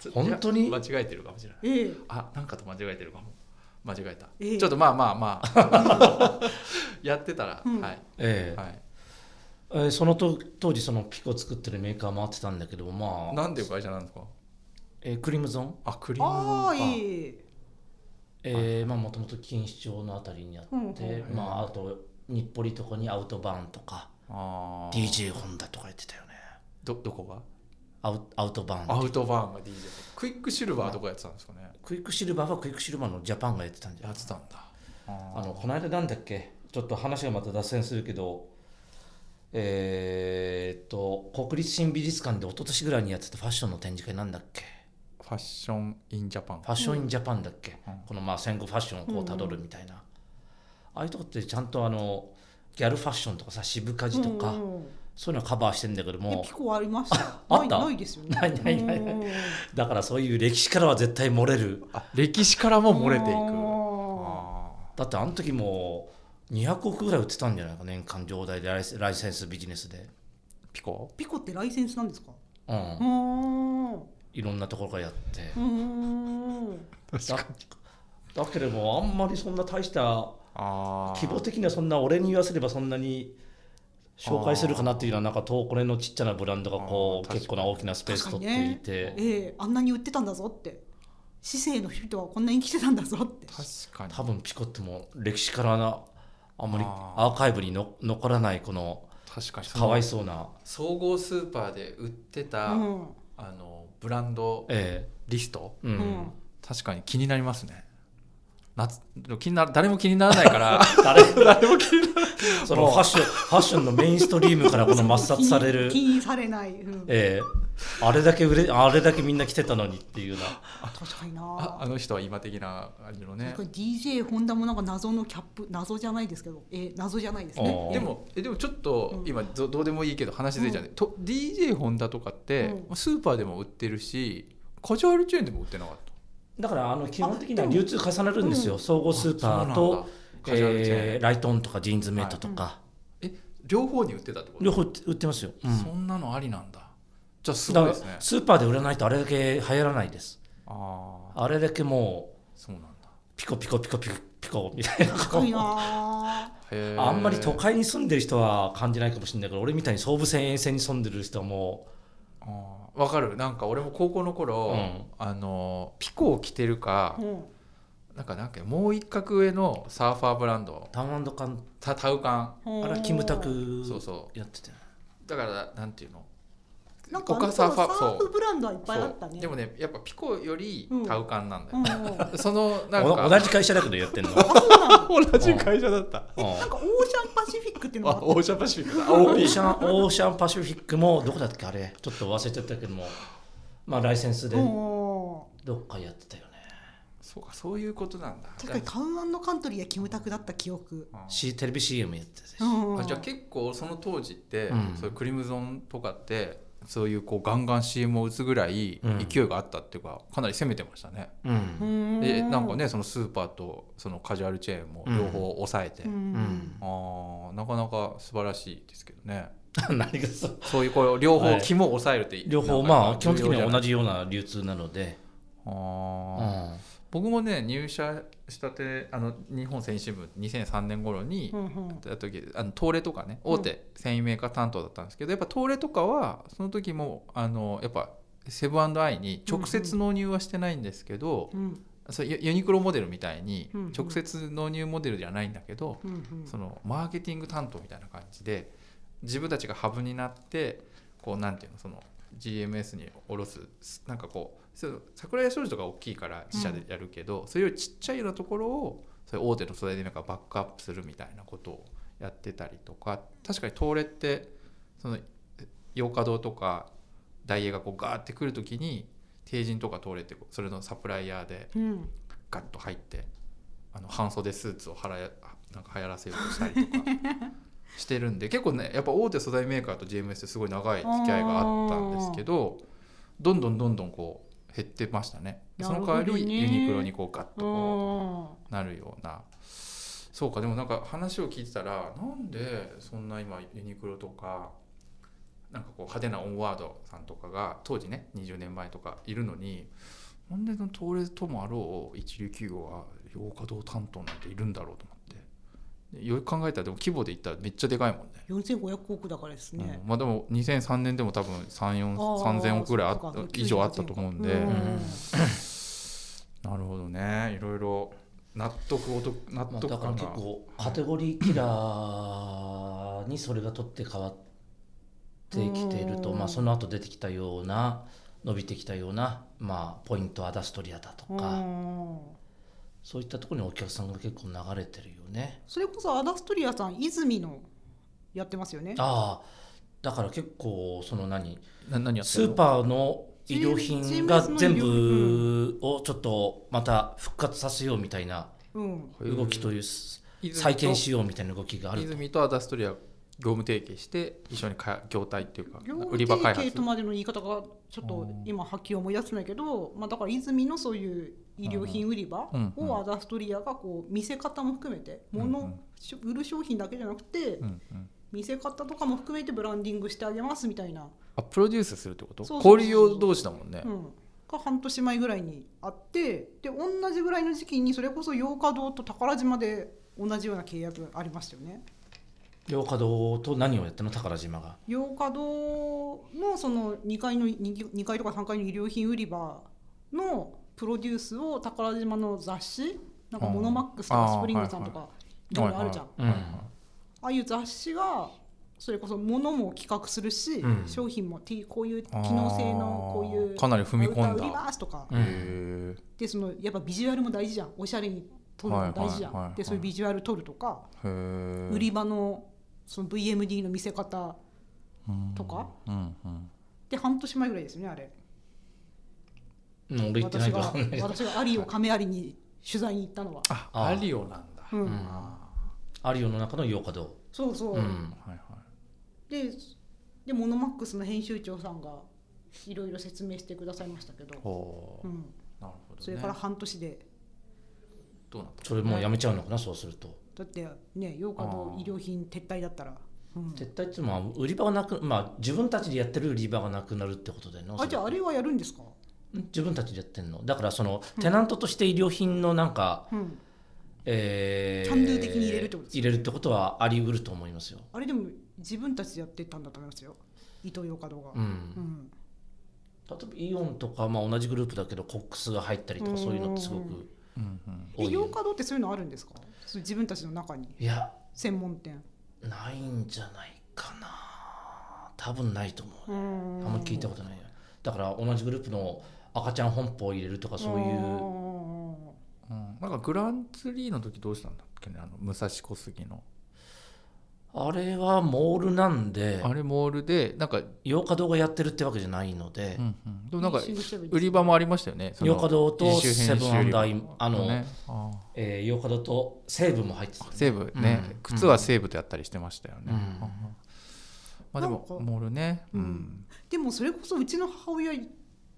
Speaker 2: ちょっと
Speaker 1: 本当に
Speaker 2: いや間違えてるかもしれない
Speaker 3: ええ
Speaker 2: あなんかと間違えてるかも間違えた、
Speaker 3: ええ
Speaker 2: ちょっとまあまあまあやってたら、
Speaker 3: うん
Speaker 2: はい、
Speaker 1: ええ
Speaker 2: はい、
Speaker 1: えーそのと当時そのピコ作ってるメーカー回ってたんだけどまあ、
Speaker 2: なんでいう会社なんですか
Speaker 1: えークリムゾン
Speaker 2: あクリーム
Speaker 3: あ
Speaker 2: の
Speaker 3: あいい
Speaker 1: えーまあもともと錦糸町のあたりにあって、
Speaker 3: うん
Speaker 1: まああと日暮里とかにアウトバーンとか
Speaker 2: あー
Speaker 1: DJ ホンダとか言ってたよね
Speaker 2: どどこが
Speaker 1: アウアウトバーン
Speaker 2: アウトバーンが DJ クイックシルバーどこやってたんですかね
Speaker 1: クイックシルバーはクイックシルバーのジャパンがやってたんじゃ
Speaker 2: や
Speaker 1: な
Speaker 2: っ
Speaker 1: い
Speaker 2: てたんだあ
Speaker 1: あのこの間なんだっけちょっと話がまた脱線するけどえーっと国立新美術館で一昨年ぐらいにやってたファッションの展示会なんだっけ
Speaker 2: ファッションインジャパン
Speaker 1: ファッション・イン・ジャパンだっけ、
Speaker 2: うん
Speaker 1: このまあ戦後ファッションをこうたどるみたいな、ああいうとこってちゃんとあのギャルファッションとかさ渋カジとか、
Speaker 3: うんうん
Speaker 1: そういうのカバーしてんだけど
Speaker 3: え
Speaker 1: も
Speaker 3: ピコありました
Speaker 1: あった
Speaker 3: ないないですよね
Speaker 1: ないないないないだからそういう歴史からは絶対漏れる
Speaker 2: あ歴史からも漏れていく
Speaker 3: あ
Speaker 2: あ
Speaker 1: だってあの時もう200億ぐらい売ってたんじゃないか年間上代でライセライセンスビジネスで、
Speaker 2: ーピコ
Speaker 3: ーピコってライセンスなんですか
Speaker 1: うん
Speaker 3: うーんう
Speaker 1: いろんなところからやって
Speaker 3: ーん
Speaker 1: だだけれどもあんまりそんな大した
Speaker 2: あー
Speaker 1: 規模的にはそんな俺に言わせればそんなに紹介するかなっていうのはなんかとこれのちっちゃなブランドがこ
Speaker 2: あ
Speaker 1: う
Speaker 2: ー
Speaker 1: 結構な大きなスペース取っていて、
Speaker 3: ええあんなに売ってたんだぞって市政の人はこんなに生きてたんだぞって
Speaker 2: 確か
Speaker 1: 多
Speaker 2: に
Speaker 1: 分ピコってもう歴史からなあんまり
Speaker 2: あー
Speaker 1: アーカイブにの残らないこの
Speaker 2: 確かに
Speaker 1: かわいそうな、
Speaker 2: 総合スーパーで売ってた、
Speaker 3: うん
Speaker 2: あのブランド
Speaker 1: え
Speaker 2: リスト
Speaker 1: えうん
Speaker 3: うん
Speaker 2: 確かに気になりますね夏気にな誰も気にならないから
Speaker 1: 誰
Speaker 2: 誰も気にならない
Speaker 1: そのファッションファッションのメインストリームからこの抹殺される
Speaker 3: 気、にされない、うん、
Speaker 1: ええあれだけ売れあれだけみんな着てたのにっていうような。
Speaker 3: 確かに
Speaker 2: ああ
Speaker 3: な
Speaker 2: の人は今的な感じのね
Speaker 3: なんか DJ ホンダもなんか謎のキャップ謎じゃないですけどえー謎じゃないですね
Speaker 1: あー
Speaker 2: でもえでもちょっと
Speaker 3: うん
Speaker 2: 今どどうでもいいけど話ずれちゃうね、と DJ ホンダとかって
Speaker 3: う
Speaker 2: スーパーでも売ってるしカジュアルチェーンでも売ってなかった
Speaker 1: だからあの基本的には流通重なるんですよ、
Speaker 3: う
Speaker 1: 総合スーパー
Speaker 2: そうなん
Speaker 1: と
Speaker 2: だ、カジュアルチェーン
Speaker 1: えーライトオンとかジーンズメイトとか、
Speaker 2: え両方に売ってたってこと
Speaker 1: 両方売って売ってますよ、うん
Speaker 2: そんなのありなんだじゃあす
Speaker 1: だ
Speaker 2: ごい
Speaker 1: か
Speaker 2: で
Speaker 1: ら
Speaker 2: すね
Speaker 1: スーパーで売らないとあれだけ流行らないです
Speaker 2: ああ
Speaker 1: あれだけもう
Speaker 2: そうなんだ
Speaker 1: ピコピコピコピコピコみたいな
Speaker 3: すごいな
Speaker 2: へえ
Speaker 1: あんまり都会に住んでる人は感じないかもしれないけど俺みたいに総武線沿線に住んでる人はも
Speaker 2: あーわかるなんか俺も高校の頃、
Speaker 1: うん
Speaker 2: あのピコを着てるか
Speaker 3: ー、うん
Speaker 2: なんかなんかもう一角上のサーファーブランド
Speaker 1: うタウンカン
Speaker 2: タタウカン
Speaker 1: あれはキムタク
Speaker 2: そうそ
Speaker 1: やってて
Speaker 2: うだからなんていうの
Speaker 3: なんかあの
Speaker 2: ポカ
Speaker 3: 頃
Speaker 2: サ
Speaker 3: サ
Speaker 2: ーファー
Speaker 3: ー
Speaker 2: そう
Speaker 3: フブランドはいっぱいあった
Speaker 2: そう
Speaker 3: ね
Speaker 2: でもねやっぱピコより
Speaker 3: うん
Speaker 2: タウカンなんだ
Speaker 3: う
Speaker 2: よ、
Speaker 3: ん、あ
Speaker 2: そのなん
Speaker 1: お
Speaker 2: か
Speaker 1: 同じ会社だけどやってんのう ん
Speaker 3: そうなの
Speaker 2: 同じ会社だった
Speaker 1: オ
Speaker 3: なんかオーシャンパシフィックっていうのがあ
Speaker 2: あ
Speaker 3: った
Speaker 2: オーシャンパシフィックだ
Speaker 1: ー
Speaker 2: OP
Speaker 1: シャンオーシャンパシフィックもどこだっけあれちょっと忘れちゃったけどもまあライセンスで
Speaker 3: うん
Speaker 1: どっかやってたよね
Speaker 2: そうかそういうことなんだ
Speaker 3: 確かにタウンカントリーはキムタクだった記憶、
Speaker 2: あ
Speaker 1: C テレビ CM やってたし、
Speaker 3: うん
Speaker 2: あじゃあ結構その当時って、
Speaker 1: うん
Speaker 2: そういうクリムゾンとかってそういうこうガンガン CM を打つぐらい
Speaker 1: うん
Speaker 2: 勢いがあったっていうか、かなり攻めてましたね。
Speaker 1: うん
Speaker 3: うん
Speaker 2: でなんかねそのスーパーとそのカジュアルチェーンも両方抑えて、
Speaker 3: うん
Speaker 1: うん
Speaker 2: あーなかなか素晴らしいですけどね
Speaker 1: 何がそう
Speaker 2: そういうこう両
Speaker 1: は
Speaker 2: 方
Speaker 1: い
Speaker 2: 肝を抑えるって
Speaker 1: 両方まあ基本的には同
Speaker 2: じ
Speaker 1: じような流通なので、うん
Speaker 2: 僕もね入社したてあの日本繊維新聞2003年頃に、
Speaker 3: うんうん
Speaker 2: やった時あの東レとかね大手繊維メーカー担当だったんですけど、やっぱ東レとかはその時もあのやっぱセブンアイに直接納入はしてないんですけど、
Speaker 3: うん
Speaker 2: そうユユニクロモデルみたいに
Speaker 3: うんうん
Speaker 2: 直接納入モデルじゃないんだけど、
Speaker 3: うんうん
Speaker 2: そのマーケティング担当みたいな感じで自分たちがハブになってこうなんていうのその GMS に下ろすすなんかこうそう桜屋商事とか大きいから自社でやるけど、それよりちっちゃいようなところをそれ大手の素材でなんかバックアップするみたいなことをやってたりとか確かに東レってその洋華堂とかダイエーがこうガーってくるときに帝人とか東レってこうそれのサプライヤーで
Speaker 3: うん
Speaker 2: ガッと入ってあの半袖スーツを払えなんか流行らせようとしたりとかしてるんで 結構ねやっぱ大手素材メーカーと GMS ってすごい長い付き合いがあったんですけどどんどんどんどんこう減ってましたね
Speaker 3: な
Speaker 2: そ
Speaker 3: る
Speaker 2: の
Speaker 3: ほ
Speaker 2: 代
Speaker 3: ど
Speaker 2: わ
Speaker 3: ね
Speaker 2: りユニクロにこうガッと
Speaker 3: う
Speaker 2: こ
Speaker 3: ん
Speaker 2: うなるようなそうかでもなんか話を聞いてたらなんでそんな今ユニクロとかなんかこう派手なオンワードさんとかが当時ね20年前とかいるのになんでその東レともあろう一流企業は洋華堂担当なんているんだろうと思ってでよく考えたらでも規模で言ったらめっちゃでかいもんね。
Speaker 3: 4500億だからですね
Speaker 2: うん、まあでも2003年でも多分3 4 3000億ぐらいあった
Speaker 3: そうか
Speaker 2: 以上あったと思うんで、
Speaker 3: う
Speaker 2: なるほどねいろいろ納得お得納
Speaker 1: まあ、
Speaker 2: 得
Speaker 1: だから
Speaker 2: 感
Speaker 1: 結
Speaker 2: が、
Speaker 1: 構カテゴリーキラーにそれが取って変わってきていると、
Speaker 3: うん
Speaker 1: まあ、その後出てきたような伸びてきたような、まあ、ポイントアダストリアだと
Speaker 3: う
Speaker 1: か、
Speaker 3: ん
Speaker 1: そういったところにお客さんが結構流れてるよね。
Speaker 3: それこそアダストリアさん泉のやってますよね
Speaker 1: ああだから結構その何
Speaker 2: な何やって
Speaker 1: ス
Speaker 2: る
Speaker 1: ーパーの衣料品が
Speaker 3: GMS の衣料
Speaker 1: 全部をちょっとまた復活させようみたいな
Speaker 3: うん
Speaker 1: 動きという
Speaker 2: 泉と
Speaker 1: 再建しようみたいな動きがあると
Speaker 2: 泉とアダストリア業務提携して一緒にか業態っていうか
Speaker 3: 業
Speaker 2: 売
Speaker 3: 務
Speaker 2: り場開
Speaker 3: 提携
Speaker 2: 発
Speaker 3: とまでの言い方がちょっと今はっきり思い出せないけど、まあ、だから泉のそういう衣料品売り場
Speaker 2: うんうん
Speaker 3: をアダストリアがこう見せ方も含めて
Speaker 2: うんうん
Speaker 3: 物、し売る商品だけじゃなくて
Speaker 2: うんうん
Speaker 3: 見せ方とかも含めてブランディングしてあげますみたいな、
Speaker 2: あプロデュースするってこと
Speaker 3: そうそうそう
Speaker 2: 小売業同士だもんね、
Speaker 3: うん、が半年前ぐらいにあってで同じぐらいの時期にそれこそ洋華堂と宝島で同じような契約ありましたよね。
Speaker 1: 洋華堂と何をやったの宝島が。
Speaker 3: 洋華堂のその2階の2階とか3階の衣料品売り場のプロデュースを宝島の雑誌なんか
Speaker 2: うん
Speaker 3: モノマックスと
Speaker 2: あ
Speaker 3: か
Speaker 2: ー
Speaker 3: スプリングさんとかいろいろあるじゃん、
Speaker 1: うん
Speaker 3: ああいう雑誌がそれこそ物も企画するし、
Speaker 1: うん
Speaker 3: 商品も T こういう機能性のこういう
Speaker 2: かなり踏み込ん
Speaker 3: アウター売り
Speaker 2: だ
Speaker 3: ますとか、
Speaker 1: うん
Speaker 2: へえ
Speaker 3: でそのやっぱビジュアルも大事じゃんおしゃれに撮るのも大事じゃん、
Speaker 2: はいはいはいはい
Speaker 3: でそういうビジュアル撮るとか、
Speaker 2: へえ
Speaker 3: 売り場のその VMD の見せ方とか、
Speaker 2: うんうん
Speaker 3: で半年前ぐらいですよねあれ
Speaker 1: うん、俺行ってな
Speaker 3: 私
Speaker 1: いか
Speaker 3: が
Speaker 1: ら分かんないけど
Speaker 3: 私がアリを亀有に取材に行ったのは、
Speaker 2: あ
Speaker 1: あ
Speaker 2: アリオなんだ、
Speaker 3: うん
Speaker 1: うんアリオの中の洋華堂、
Speaker 3: そうそう、
Speaker 1: うん、
Speaker 2: はいはい
Speaker 3: ででモノマックスの編集長さんがいろいろ説明してくださいましたけど、
Speaker 2: ほう、
Speaker 3: うん、
Speaker 2: なるほど、ね、
Speaker 3: それから半年で、
Speaker 2: どうなった
Speaker 1: それもうやめちゃうのかなそうすると
Speaker 3: だってね洋華の衣料品撤退だったら、うん
Speaker 1: 撤退っていうのは売り場がなくまあ自分たちでやってる売り場がなくなるってことだよね
Speaker 3: あじゃああれはやるんですか、
Speaker 1: 自分たちでやってんのだからそのテナントとして衣料品のなんか、
Speaker 3: うん、
Speaker 1: えー
Speaker 3: タンドゥ的に入れるってことですか
Speaker 1: 入れるってことはあり得ると思いますよ
Speaker 3: あれでも自分たちでやってたんだと思いますよ伊藤洋華堂が、
Speaker 1: うん、
Speaker 3: うん
Speaker 1: 例えばイオンとか、まあ、同じグループだけどコックスが入ったりとか
Speaker 3: うん
Speaker 1: そういうのってすごく
Speaker 2: うんうん
Speaker 1: 多
Speaker 3: で
Speaker 1: いよ
Speaker 3: 洋華堂ってそういうのあるんですかそう自分たちの中に
Speaker 1: いや
Speaker 3: 専門店
Speaker 1: ないんじゃないかな多分ないと思
Speaker 3: う
Speaker 1: うんあんま聞いたことないなだから同じグループの赤ちゃん本舗を入れるとかそういう
Speaker 3: う
Speaker 2: うん、なんかグランツリーの時どうしたんだっけねあの武蔵小杉の
Speaker 1: あれはモールなんで
Speaker 2: あれモールでなんか、
Speaker 1: 洋華堂がやってるってわけじゃないので
Speaker 2: うんうん、でもなんか売
Speaker 3: 売
Speaker 2: り場もありましたよねその
Speaker 1: 洋華堂と
Speaker 2: 自主
Speaker 1: セ
Speaker 2: 編
Speaker 1: ブ
Speaker 2: 集
Speaker 1: ンアンダ
Speaker 2: 売り
Speaker 1: ー
Speaker 2: 場
Speaker 1: あの、
Speaker 2: ねあー
Speaker 1: えー、洋華堂と西武も入ってた、
Speaker 2: 西武ね、
Speaker 1: うん
Speaker 2: 靴は西武とやったりしてましたよね、
Speaker 1: うん
Speaker 2: まあでも
Speaker 3: なんか
Speaker 2: モールね、う
Speaker 3: うん
Speaker 2: ん
Speaker 3: でもそれこそうちの母親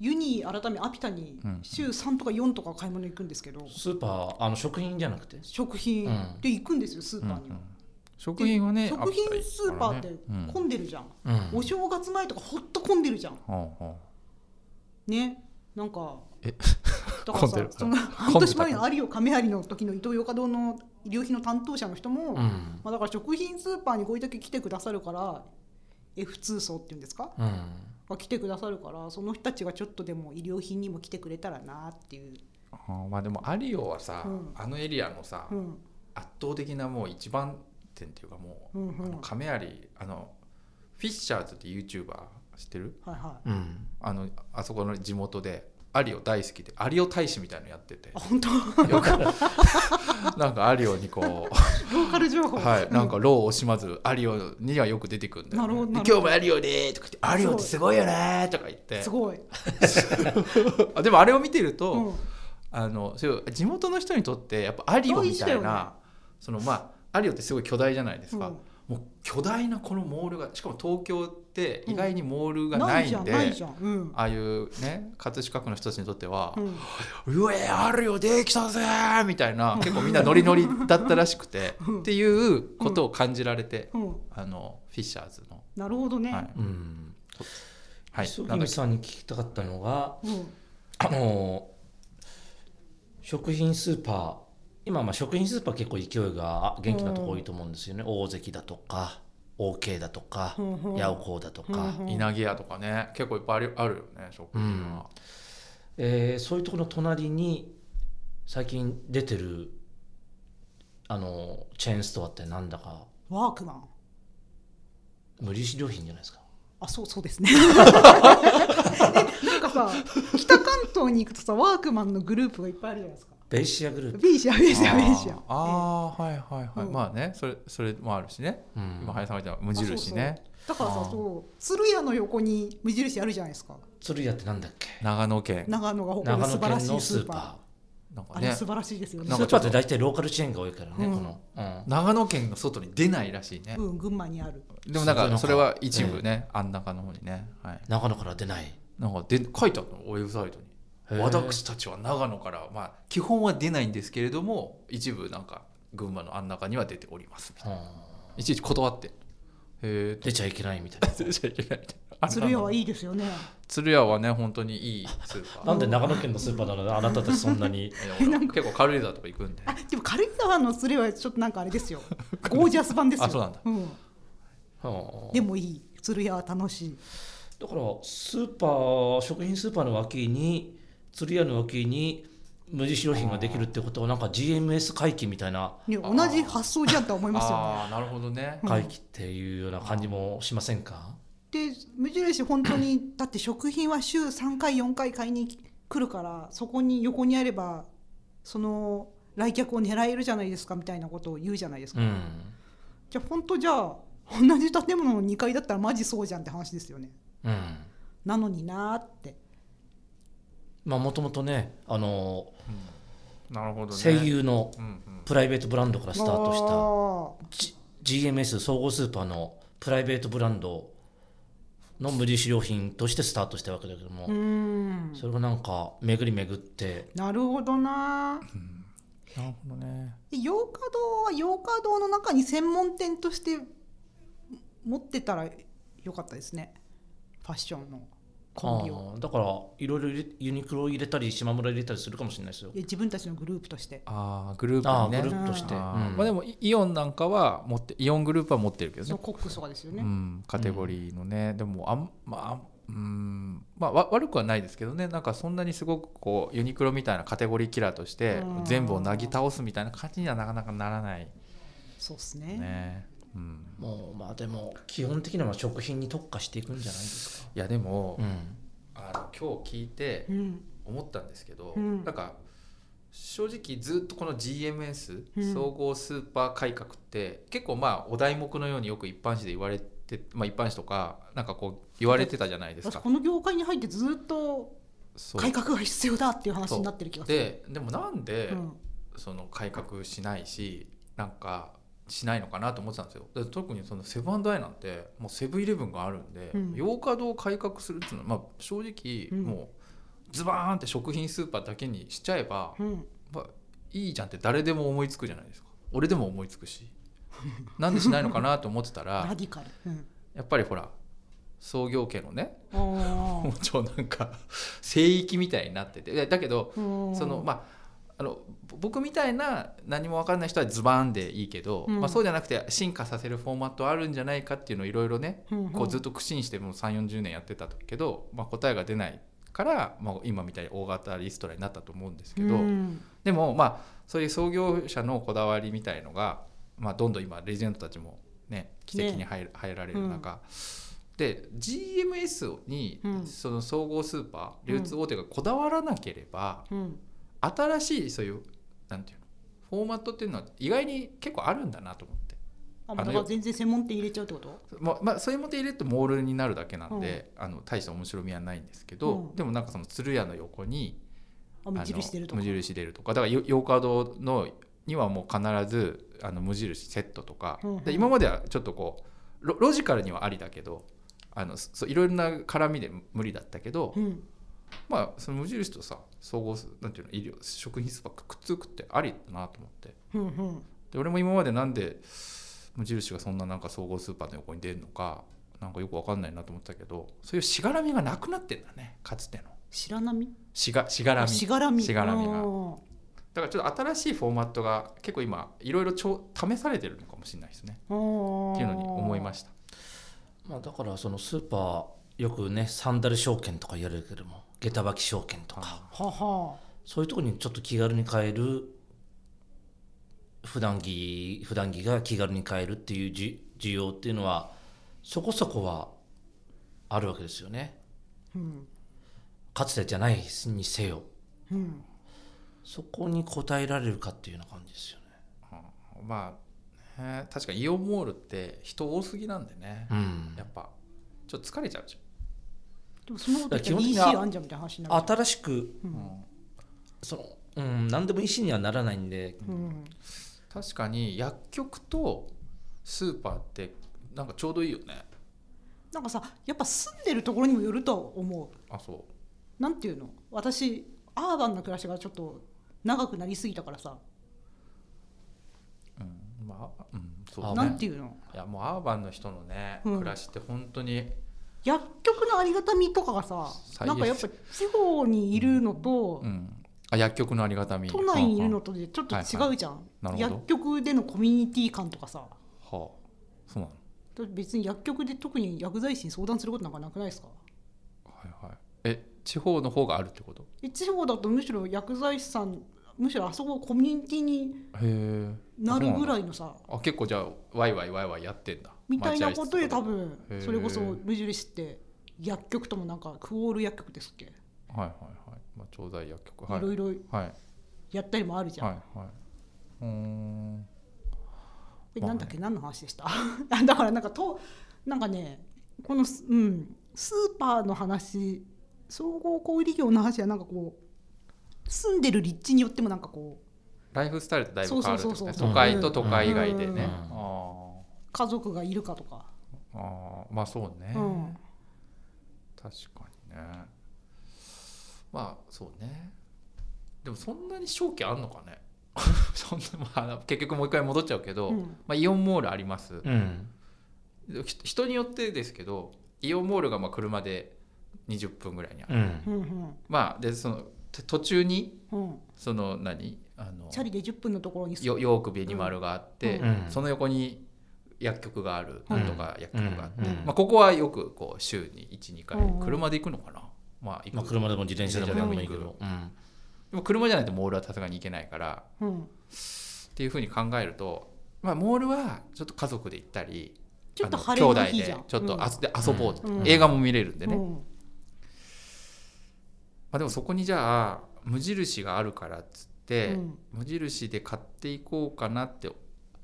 Speaker 3: ユニ改めアピタに
Speaker 2: うん
Speaker 3: 週3とか4とか買い物行くんですけど
Speaker 1: スーパーあの食品じゃなくて
Speaker 3: 食品
Speaker 1: うん
Speaker 3: で行くんですよスー
Speaker 2: うんう
Speaker 3: パーには
Speaker 2: ん、食品はね
Speaker 3: 食品スーパーって
Speaker 2: ん
Speaker 3: 混んでるじゃん
Speaker 1: うん
Speaker 3: お正月前とかほっと混んでるじゃん
Speaker 2: ほうほ
Speaker 3: ねなんか
Speaker 2: え
Speaker 3: だか
Speaker 2: 混
Speaker 3: ら
Speaker 2: んで
Speaker 3: さ
Speaker 2: る
Speaker 3: その半年前の有オ亀有の時の伊藤洋華堂の医療費の担当者の人も、
Speaker 1: うんうん
Speaker 3: まあ、だから食品スーパーにこれだけ来てくださるから F2 層っていうんですかが来てくださるからその人たちがちょっとでも医療品にも来てくれたらなっていう、
Speaker 2: うあーまあでも有オはさ、
Speaker 3: うん
Speaker 2: あのエリアのさ、
Speaker 3: うん
Speaker 2: 圧倒的なもう一番店っていうかも
Speaker 3: うんう
Speaker 2: う、あ
Speaker 3: ん、
Speaker 2: の
Speaker 3: はい
Speaker 2: 亀有あのフィッシャーズって YouTuber 知ってる
Speaker 3: はい
Speaker 1: うん
Speaker 2: あのあそこの地元で有オ大好きで有オ大使みたいのやってて
Speaker 3: あ本当
Speaker 2: よくなんか有オにこう
Speaker 3: ローカル情報
Speaker 2: はい、なんか
Speaker 3: う
Speaker 2: 労を惜しまず、アリオにはよく出てくるんだよ、ね。
Speaker 3: なるほどな
Speaker 2: で
Speaker 3: るほ
Speaker 2: 今
Speaker 3: ど
Speaker 2: 日もアリオでーとか言って、アリオってすごいよねーとか言って
Speaker 3: す。ごい、
Speaker 2: あでもあれを見てると、
Speaker 3: うん、
Speaker 2: あの、そういう地元の人にとって、やっぱアリオみたい
Speaker 3: 大事だよ
Speaker 2: な。そのまあ、アリオってすごい巨大じゃないですか。
Speaker 3: うん
Speaker 2: もう巨大なこのモールが、しかも東京って意外にモールがな
Speaker 3: ない
Speaker 2: い
Speaker 3: じゃ
Speaker 2: ん
Speaker 3: ん
Speaker 2: で。
Speaker 3: ないじゃんうん、
Speaker 2: ああいうね葛飾区の人たちにとっては
Speaker 3: うん、
Speaker 2: 「うえあるよできたぜ!」みたいな結構みんなノリノリだったらしくて
Speaker 3: うん
Speaker 2: っていうことを感じられて
Speaker 3: うん、
Speaker 2: あのフィッシャーズの、
Speaker 3: なるほどね、
Speaker 2: は
Speaker 1: う
Speaker 2: い、
Speaker 1: ん
Speaker 2: はい、
Speaker 1: 磯
Speaker 2: なん
Speaker 1: 君
Speaker 2: だっけ
Speaker 1: さんに聞きたかったのが
Speaker 3: うん
Speaker 1: あの食品スーパー今まあ食品スーパー結構勢いが元気なとこ多いと思うんですよね、大関だとか OK だとか、
Speaker 3: うんうん
Speaker 1: ヤオコーだとか、
Speaker 3: うん
Speaker 2: 稲毛屋とかね結構いっぱいあるあるよね食品は、
Speaker 1: えーそういうところの隣に最近出てるあのチェーンストアってなんだか
Speaker 3: ワークマン
Speaker 1: 無印良品じゃないですか
Speaker 3: あそうそう ですねえなんかさ北関東に行くとさワークマンのグループがいっぱいあるじゃないですか
Speaker 1: ベイシアグループ、
Speaker 3: ベイシアベイシアベイシア
Speaker 2: ああーはいはいはい、
Speaker 3: うん
Speaker 2: まあねそれそれもあるしね、
Speaker 1: うん
Speaker 2: 今林さんが言った無印ね
Speaker 3: だから
Speaker 2: あ
Speaker 3: さ
Speaker 2: ー
Speaker 3: そう鶴屋の横に無印あるじゃないですか
Speaker 1: 鶴屋ってなんだっけ
Speaker 2: 長野県
Speaker 3: 長野が誇る
Speaker 1: 長
Speaker 3: 素
Speaker 1: 野
Speaker 3: 晴ら
Speaker 1: 県
Speaker 3: し
Speaker 1: の
Speaker 3: いス
Speaker 1: ス
Speaker 3: ー
Speaker 1: ー
Speaker 3: パー
Speaker 1: パ
Speaker 2: なんか
Speaker 3: あれ
Speaker 2: ね
Speaker 3: 素晴らしいですよ
Speaker 1: ー
Speaker 3: ね
Speaker 2: な
Speaker 1: ス
Speaker 2: んか
Speaker 1: ーパーって大体ローカルチェーンが多いからね、
Speaker 3: うん
Speaker 1: この、うん
Speaker 2: 長野県の外に出ないらしいね、
Speaker 3: うん群馬にある
Speaker 2: でもな
Speaker 1: そうな
Speaker 2: んか
Speaker 1: のか
Speaker 2: それは一部ね、あん中の方にね、はい、
Speaker 1: 長野から出ない
Speaker 2: なんかで書いてあったのウェブサイトに
Speaker 1: へー
Speaker 2: 私たちは長野から、まあ、基本は出ないんですけれども一部なんか群馬のあん中には出ておりますみたいな
Speaker 1: うん
Speaker 2: いちいち断ってへえ
Speaker 1: 出ちゃいけないみたいな
Speaker 2: 出ちゃいけないみたいな
Speaker 3: 鶴屋
Speaker 2: あ
Speaker 3: は
Speaker 2: んない
Speaker 3: いですよね
Speaker 2: 鶴屋はね本当にいいスーパ
Speaker 1: な
Speaker 2: ー
Speaker 1: んで長野県のスーパーなのにあなたたちそんなに
Speaker 2: いや俺結構軽井沢とか行くんで
Speaker 3: あでも軽井沢の鶴屋はちょっとなんかあ れですよゴージャス版ですよ
Speaker 2: あそうなんだ
Speaker 1: うん
Speaker 3: でもいい鶴屋は楽しい
Speaker 1: だからスーパー食品スーパーの脇に釣り屋の脇に無印良品ができるってことはなんか GMS 回帰みたいな
Speaker 3: ね同じ発想じゃんとは思いますよね
Speaker 2: ああなるほどね
Speaker 3: うん
Speaker 1: 回帰っていうような感じもしませんか、
Speaker 3: で無印本当に だって食品は週3回4回買いに来るからそこに横にあればその来客を狙えるじゃないですかみたいなことを言うじゃないです
Speaker 1: う
Speaker 3: か、
Speaker 1: ん
Speaker 3: じゃあ本当じゃあ同じ建物の2階だったらマジそうじゃんって話ですよね
Speaker 1: うん、
Speaker 3: なのになーって
Speaker 1: まあもともとねあの
Speaker 2: なるほどね
Speaker 1: 声優の
Speaker 2: うんうん
Speaker 1: プライベートブランドからスタート
Speaker 3: ト
Speaker 1: した、G、GMS 総合スーパーのプライベートブランドの無印良品としてスタートしたわけだけども、
Speaker 3: うーん
Speaker 1: それがなんか巡り巡って
Speaker 3: なるほどなー
Speaker 2: なるほどね
Speaker 3: で洋華堂は洋華堂の中に専門店として持ってたらよかったですねファッションのコンビを。
Speaker 1: あーだからいろいろ入れユニクロを入れたりしまむら入れたりするかもしれないですよ
Speaker 3: いや自分たちのグループとして
Speaker 2: ああグループ
Speaker 1: ああ
Speaker 2: にね
Speaker 1: グループとして、
Speaker 2: あ
Speaker 1: う
Speaker 2: ー
Speaker 1: ん
Speaker 2: まあでもイイオンなんかは持ってイオングループは持ってるけどね
Speaker 3: のコックスとかですよね、
Speaker 2: うん、カテゴリーのね、でもあんまああんうんまあわ悪くはないですけどねなんかそんなにすごくこうユニクロみたいなカテゴリーキラーとして
Speaker 3: うん
Speaker 2: 全部をなぎ倒すみたいな感じにはなかなかならない
Speaker 3: そうですね
Speaker 2: ね、うん、
Speaker 1: もうまあでも基本的には食品に特化していくんじゃないですか。
Speaker 2: いやでも、
Speaker 1: うん
Speaker 2: あの今日聞いて
Speaker 3: うん
Speaker 2: 思ったんですけど、
Speaker 3: うん
Speaker 2: なんか正直ずっとこの GMS、
Speaker 3: うん
Speaker 2: 総合スーパー改革って結構まあお題目のようによく一般紙で言われて、まあ、一般紙とかなんかこう言われてたじゃないです
Speaker 3: 私
Speaker 2: か
Speaker 3: こ。の業界に入ってずっと
Speaker 2: そう
Speaker 3: 改革が必要だっていう話になってる気がする。
Speaker 2: ででもなんで、
Speaker 3: うん
Speaker 2: その改革しないしなんかしないのかなと思ってたんですよで特にそのセブンアイなんてもうセブンイレブンがあるんで、
Speaker 3: うん
Speaker 2: 洋華堂を改革するっていうのは、まあ、正直、
Speaker 3: うん
Speaker 2: もうズバーンって食品スーパーだけにしちゃえば、
Speaker 3: うん
Speaker 2: まあ、いいじゃんって誰でも思いつくじゃないですか俺でも思いつく しなんでしないのかなと思ってた
Speaker 3: ラ
Speaker 2: ら
Speaker 3: ディカル。 うん
Speaker 2: やっぱりほら創業家のね
Speaker 3: あ
Speaker 2: もうちょなんか聖域みたいになっててでだけど
Speaker 3: ー
Speaker 2: そのまああのぼ僕みたいな何も分かんない人はズバーンでいいけど、
Speaker 3: うん
Speaker 2: まあ、そうじゃなくて進化させるフォーマットあるんじゃないかっていうのをいろいろね
Speaker 3: うんうん
Speaker 2: こうずっと苦心してもう3 4 0年やってたけど、まあ、答えが出ないから、まあ、今みたいに大型リストラになったと思うんですけど、
Speaker 3: うん
Speaker 2: でもまあそういう創業者のこだわりみたいのが、まあ、どんどん今レジェンドたちもね奇跡に入る入られる中、で GMS に
Speaker 3: うん
Speaker 2: その総合スーパー流通大手がこだわらなければ、
Speaker 3: うん
Speaker 2: 新しいそういうなんていうのフォーマットっていうのは意外に結構あるんだなと思って、
Speaker 3: あ
Speaker 2: あの
Speaker 3: だから全然専門店入れちゃうってこと
Speaker 2: まあまあ、そういうもて入れるとモールになるだけなんで、あの大した面白みはないんですけど、
Speaker 3: うん
Speaker 2: でもなんかその鶴屋の横に
Speaker 3: あ
Speaker 2: あの
Speaker 3: 無印出るとか
Speaker 2: 無印出るとかだからよヨーカドーのにはもう必ずあの無印セットとか、
Speaker 3: うんうん
Speaker 2: で今まではちょっとこうロロジカルにはありだけどあのそういろいろな絡みで無理だったけど、
Speaker 3: うん
Speaker 2: まあその無印とさ総合すなんていうの医療食品スーパーくっつくってありだなと思って。
Speaker 3: うんうん
Speaker 2: で俺も今までなんで無印がそんななんか総合スーパーの横に出るのかなんかよくわかんないなと思ってたけどそういうしがらみがなくなってんだねかつての
Speaker 3: 白波
Speaker 2: しがしがらみ
Speaker 3: しがらみ
Speaker 2: しがらみが
Speaker 3: うん
Speaker 2: だからちょっと新しいフォーマットが結構今いろいろちょ試されてるのかもしれないですねっていうのに思いました
Speaker 1: まあだからそのスーパーよくねサンダル証券とか言われるけども下駄履き証券とか
Speaker 3: はは
Speaker 1: そういうところにちょっと気軽に買える普段着普段着が気軽に買えるっていうじ需要っていうのはそこそこはあるわけですよね
Speaker 3: うん
Speaker 1: かつてじゃないにせよ
Speaker 3: うん
Speaker 1: そこに応えられるかっていうような感じですよね
Speaker 2: まあ、ね確かにイオンモールって人多すぎなんでね、
Speaker 1: うん
Speaker 2: やっぱちょっと疲れちゃうじ
Speaker 3: でもそのこ
Speaker 1: だか
Speaker 3: と
Speaker 1: ら基本的に
Speaker 3: DC
Speaker 1: は
Speaker 3: あんじゃんみたいな話になる
Speaker 1: 新しく
Speaker 3: う
Speaker 2: ゃん、
Speaker 3: ん
Speaker 1: そのうん何でも石にはならないんで
Speaker 3: うん
Speaker 2: 確かに薬局とスーパーってなんかちょうどいいよね
Speaker 3: なんかさやっぱ住んでるところにもよるとは思う
Speaker 2: あそう
Speaker 3: なんていうの私アーバンな暮らしがちょっと長くなりすぎたからさ
Speaker 2: うんまあ、うん、そう
Speaker 1: あ
Speaker 2: だ
Speaker 3: な
Speaker 2: ね
Speaker 3: んていうの
Speaker 2: いやもうアーバンの人のね、
Speaker 3: うん
Speaker 2: 暮らしって本当に
Speaker 3: 薬局のありがたみとかがさ
Speaker 2: 最悪
Speaker 3: なんかやっぱ地方にいるのと、
Speaker 2: うんあ薬局のありがたみ
Speaker 3: 都内にいるのとでちょっと違うじゃん、
Speaker 2: いはいなるほど
Speaker 3: 薬局でのコミュニティ感とかさ
Speaker 2: はあはあそうなの
Speaker 3: 別に薬局で特に薬剤師に相談することなんかなくないですか
Speaker 2: はいはいえ地方の方があるってこと
Speaker 3: え地方だとむしろ薬剤師さんむしろあそこコミュニティに
Speaker 2: へえ
Speaker 3: なるぐ
Speaker 2: い
Speaker 3: らいのさ
Speaker 2: あ結構じゃあワイワイワイワイやってんだ
Speaker 3: みたいなことで多
Speaker 2: 分
Speaker 3: 分
Speaker 2: へー
Speaker 3: それこそ無印って薬局ともなんかクオール薬局ですっけ、
Speaker 2: はいはいはい、まあ、調剤薬局はい
Speaker 3: いろいろ
Speaker 2: はい
Speaker 3: やったりもあるじゃん、
Speaker 2: はいはいうーん
Speaker 3: え
Speaker 2: まあ
Speaker 3: なんだっけ何の話でした あだからなんかとなんかねこのすうんスーパーの話総合小売業の話はなんかこう住んでる立地によってもなんかこう
Speaker 2: ライフスタイルってだいぶ変わるってこと
Speaker 3: そうそうそ
Speaker 2: ね
Speaker 3: うそう
Speaker 2: 都会と都会以外でね、
Speaker 3: うん
Speaker 2: あ
Speaker 3: 家族がいるかとか、
Speaker 2: ーあーまあそうね、
Speaker 3: うん、
Speaker 2: 確かにねまあそうねでもそんなに正気あんのかね そんなまあ結局もう一回戻っちゃうけど、
Speaker 3: うん
Speaker 2: まあ、イオンモールあります、
Speaker 1: うん
Speaker 2: ひ人によってですけどイオンモールがまあ車で20分ぐらいにある、
Speaker 1: うん
Speaker 3: うんうん
Speaker 2: まあでそのて途中に
Speaker 3: うん
Speaker 2: その何あの
Speaker 3: チャリで10分のところに住
Speaker 2: よヨークビニマルがあって、
Speaker 1: うん
Speaker 2: その横に薬局がある
Speaker 3: うん
Speaker 2: なんとか薬局があって、
Speaker 1: うんうん
Speaker 2: まあ、ここはよくこう週に12回
Speaker 3: うんうん
Speaker 2: 車で行くのかな、まあ行く
Speaker 1: まあ車でも自転車でも何でもいいけどうん
Speaker 2: でも車じゃないとモールはさすがに行けないから
Speaker 3: む、うん
Speaker 2: っていうふうに考えるとまあ、モールはちょっと家族で行ったり
Speaker 3: ちょっと
Speaker 2: あの
Speaker 3: 晴れの
Speaker 2: 兄弟
Speaker 3: 日じゃ
Speaker 2: で
Speaker 3: ん
Speaker 2: ちょっとあで遊ぼうって、
Speaker 3: うん
Speaker 2: 映画も見れるんで
Speaker 3: で
Speaker 2: ね、
Speaker 3: う
Speaker 2: ま
Speaker 3: ん
Speaker 2: あ、でもそこにじゃあ無印があるからっつって、
Speaker 3: うん
Speaker 2: 無印で買っていこうかなって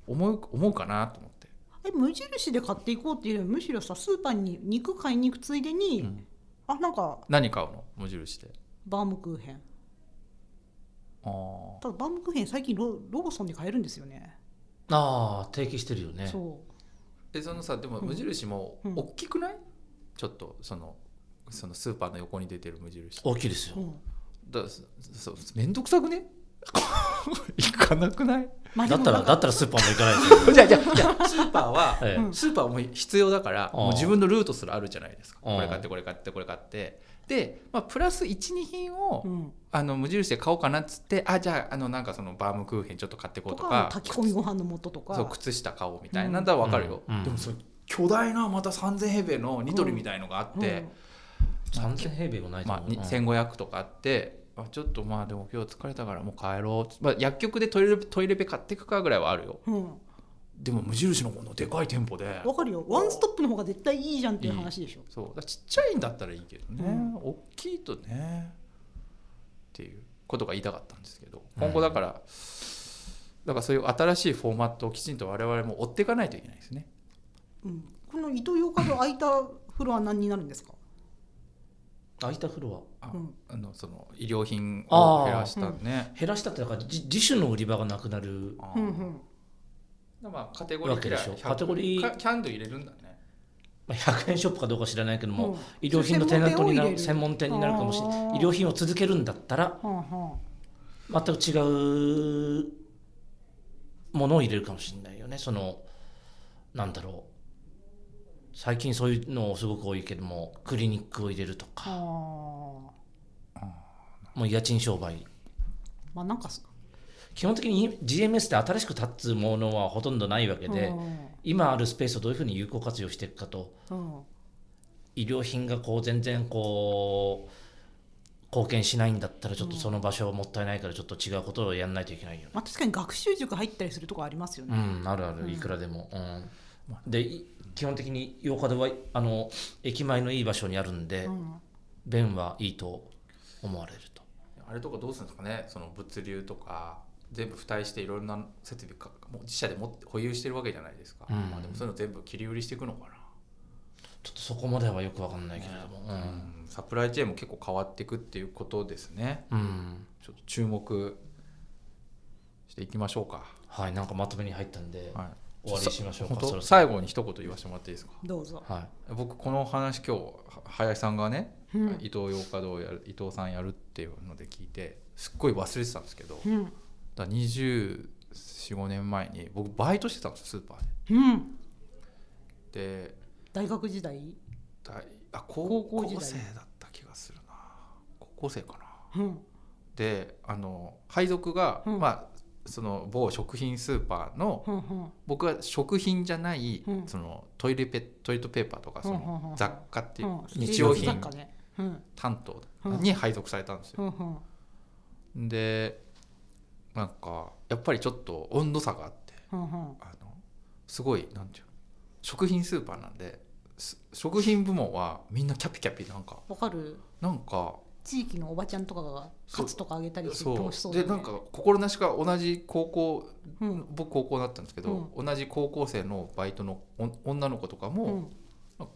Speaker 2: 思う思うかなと思って、
Speaker 3: え無印で買っていこうっていうよりむしろさスーパーに肉買いに行くついでに、
Speaker 2: うん
Speaker 3: あなんか
Speaker 2: 何買うの無印で
Speaker 3: バームクーヘン
Speaker 2: あー
Speaker 3: ただバームクーヘン最近ロローソンで買えるんですよね
Speaker 1: ああ、定期してるよね。
Speaker 3: そう
Speaker 2: えそのさでも
Speaker 3: うん
Speaker 2: 無印も
Speaker 3: うん
Speaker 2: 大きくない、ちょっとそのそのスーパーの横に出てる無印
Speaker 1: 大きいですよ
Speaker 3: う。ん
Speaker 2: だそそ面倒くさくね 行かなくない
Speaker 3: まあで
Speaker 1: だ
Speaker 3: も
Speaker 1: った
Speaker 3: な
Speaker 1: ら、
Speaker 3: んか
Speaker 1: だったらスーパーも行かない ですよ。
Speaker 2: じゃあじゃあじゃあスーパーは、
Speaker 1: ええ
Speaker 3: うん
Speaker 2: スーパーも必要だから
Speaker 1: あー
Speaker 2: もう自分のルートすらあるじゃないですか
Speaker 1: あー
Speaker 2: これ買ってこれ買ってこれ買ってで、まあ、プラス12品を、
Speaker 3: うん
Speaker 2: あの無印で買おうかなっつってあじゃああのなんかそのバームクーヘンちょっと買ってこうと
Speaker 3: と
Speaker 2: か
Speaker 3: か炊き込みご飯の素とか
Speaker 2: そう靴下買おうみたいなだわかるよ、
Speaker 1: うんうん
Speaker 2: でもその巨大なまた3,000平米のニトリみたいのがあっ
Speaker 3: うん
Speaker 2: て、
Speaker 1: 3000平米もないと
Speaker 2: まあ、
Speaker 1: 思う。
Speaker 2: に1500とかあって、あちょっとまあでも今日疲れたからもう帰ろう、まあ、薬局でトイレトイレペ買ってくかぐらいはあるよ
Speaker 3: うん
Speaker 2: でも無印のこのでかい店舗で
Speaker 3: わかるよワンストップの方が絶対いいじゃんっていう話でしょ
Speaker 2: そうだからちっちゃいんだったらいいけどね、
Speaker 3: うん
Speaker 2: 大きいとねっていうことが言いたかったんですけど今後だから、だからそういう新しいフォーマットをきちんと我々も追っていかないといけないですね
Speaker 3: うんこのイトーヨーカドー空いたフロア何になるんですか
Speaker 1: 空いたフロ
Speaker 2: あ,、
Speaker 3: うん
Speaker 2: あのその医療品を減らした
Speaker 1: ア
Speaker 2: ね
Speaker 1: 減らしたってだからじ自主の売り場がなくなる
Speaker 2: あー
Speaker 3: うんうん
Speaker 2: まあカテゴリーから
Speaker 1: わけでしょ
Speaker 2: 100
Speaker 1: カテゴリー
Speaker 2: かキャンドル入れるんだね
Speaker 1: まあ100円ショップかどうか知らないけども、
Speaker 3: うん
Speaker 1: 医療品のテナントになる
Speaker 3: 専
Speaker 1: 専門店になるかもしれ
Speaker 3: あ
Speaker 1: な
Speaker 3: ー
Speaker 1: い医療品を続けるんだったら
Speaker 3: はあはあ
Speaker 1: 全く違うものを入れるかもしれないよねそのなんだろう最近そういうのすごく多いけどもクリニックを入れるとか
Speaker 3: はあ
Speaker 1: もう家賃商売
Speaker 3: まあなんかそ
Speaker 1: 基本的に GMS で新しく立つものはほとんどないわけで、
Speaker 3: うん
Speaker 1: 今あるスペースをどういうふうに有効活用していくかと
Speaker 3: うん
Speaker 1: 医療品がこう全然こう貢献しないんだったらちょっとその場所はもったいないからちょっと違うことをやらないといけないよね。
Speaker 3: まあ、確かに学習塾入ったりするとこありますよ
Speaker 1: う
Speaker 3: ね。
Speaker 1: ん、あるあ
Speaker 3: う
Speaker 1: る
Speaker 3: ん
Speaker 1: いくらでも。うんでい基本的に8日ではあの駅前のいい場所にあるんで、
Speaker 3: うん
Speaker 1: 便はいいと思われると。
Speaker 2: あれとかどうするんですかねその物流とか全部付帯していろんな設備かもう自社で持って保有してるわけじゃないですか、
Speaker 1: うん
Speaker 2: まあ、でもそういうの全部切り売りしていくのか
Speaker 1: ちょっとそこまではよくわかんないけれども。う
Speaker 2: な、
Speaker 1: ん
Speaker 2: うんサプライチェーンも結構変わっていくっていうことですね
Speaker 1: うん
Speaker 2: ちょっと注目していきましょうか、
Speaker 1: はい、なんかまとめに入ったんで、
Speaker 2: はい、
Speaker 1: 終わりにしましょうか
Speaker 2: 本当
Speaker 1: そろそろ
Speaker 2: 最後に一言言わせてもらっていいですか
Speaker 3: どうぞ。
Speaker 1: はい、
Speaker 2: 僕この話今日は林さんがね、
Speaker 3: うん
Speaker 2: 伊藤洋華堂をやる伊藤さんやるっていうので聞いてすっごい忘れてたんですけど、
Speaker 3: うん。
Speaker 2: だ245年前に僕バイトしてたんですよスーパー
Speaker 3: うん。
Speaker 2: でで
Speaker 3: 大学時代。
Speaker 2: 大あ高
Speaker 3: 高校時代
Speaker 2: 校生だった気がするな高校生かな
Speaker 3: うん。
Speaker 2: であの配属が、
Speaker 3: うん
Speaker 2: まあその某食品スーパーの
Speaker 3: うんうん。
Speaker 2: 僕は食品じゃない、
Speaker 3: うん
Speaker 2: そのトイレペトイレットペーパーとかそ
Speaker 3: うんうんうんう
Speaker 2: の
Speaker 3: ん
Speaker 2: 雑貨っていう
Speaker 3: うん
Speaker 2: 日用
Speaker 3: 生活雑
Speaker 2: 品
Speaker 3: 貨ね。うん。
Speaker 2: 担当に配属されたんですよ
Speaker 3: うんうん。
Speaker 2: でなんかやっぱりちょっと温度差があって
Speaker 3: うんうん。
Speaker 2: あのすごいなんていうの食品スーパーなんです食品部門はみんなキャピキャピなんか
Speaker 3: わかる。
Speaker 2: なんか
Speaker 3: 地域のおばちゃんとかがカツとかあげたりして
Speaker 2: そう
Speaker 3: 楽しそうだ
Speaker 2: で
Speaker 3: ね
Speaker 2: なんか心なしか同じ高校、
Speaker 3: うん
Speaker 2: 僕高校だったんですけど、同じ高校生のバイトのお女の子とか
Speaker 3: う
Speaker 2: も、
Speaker 3: ん
Speaker 2: ま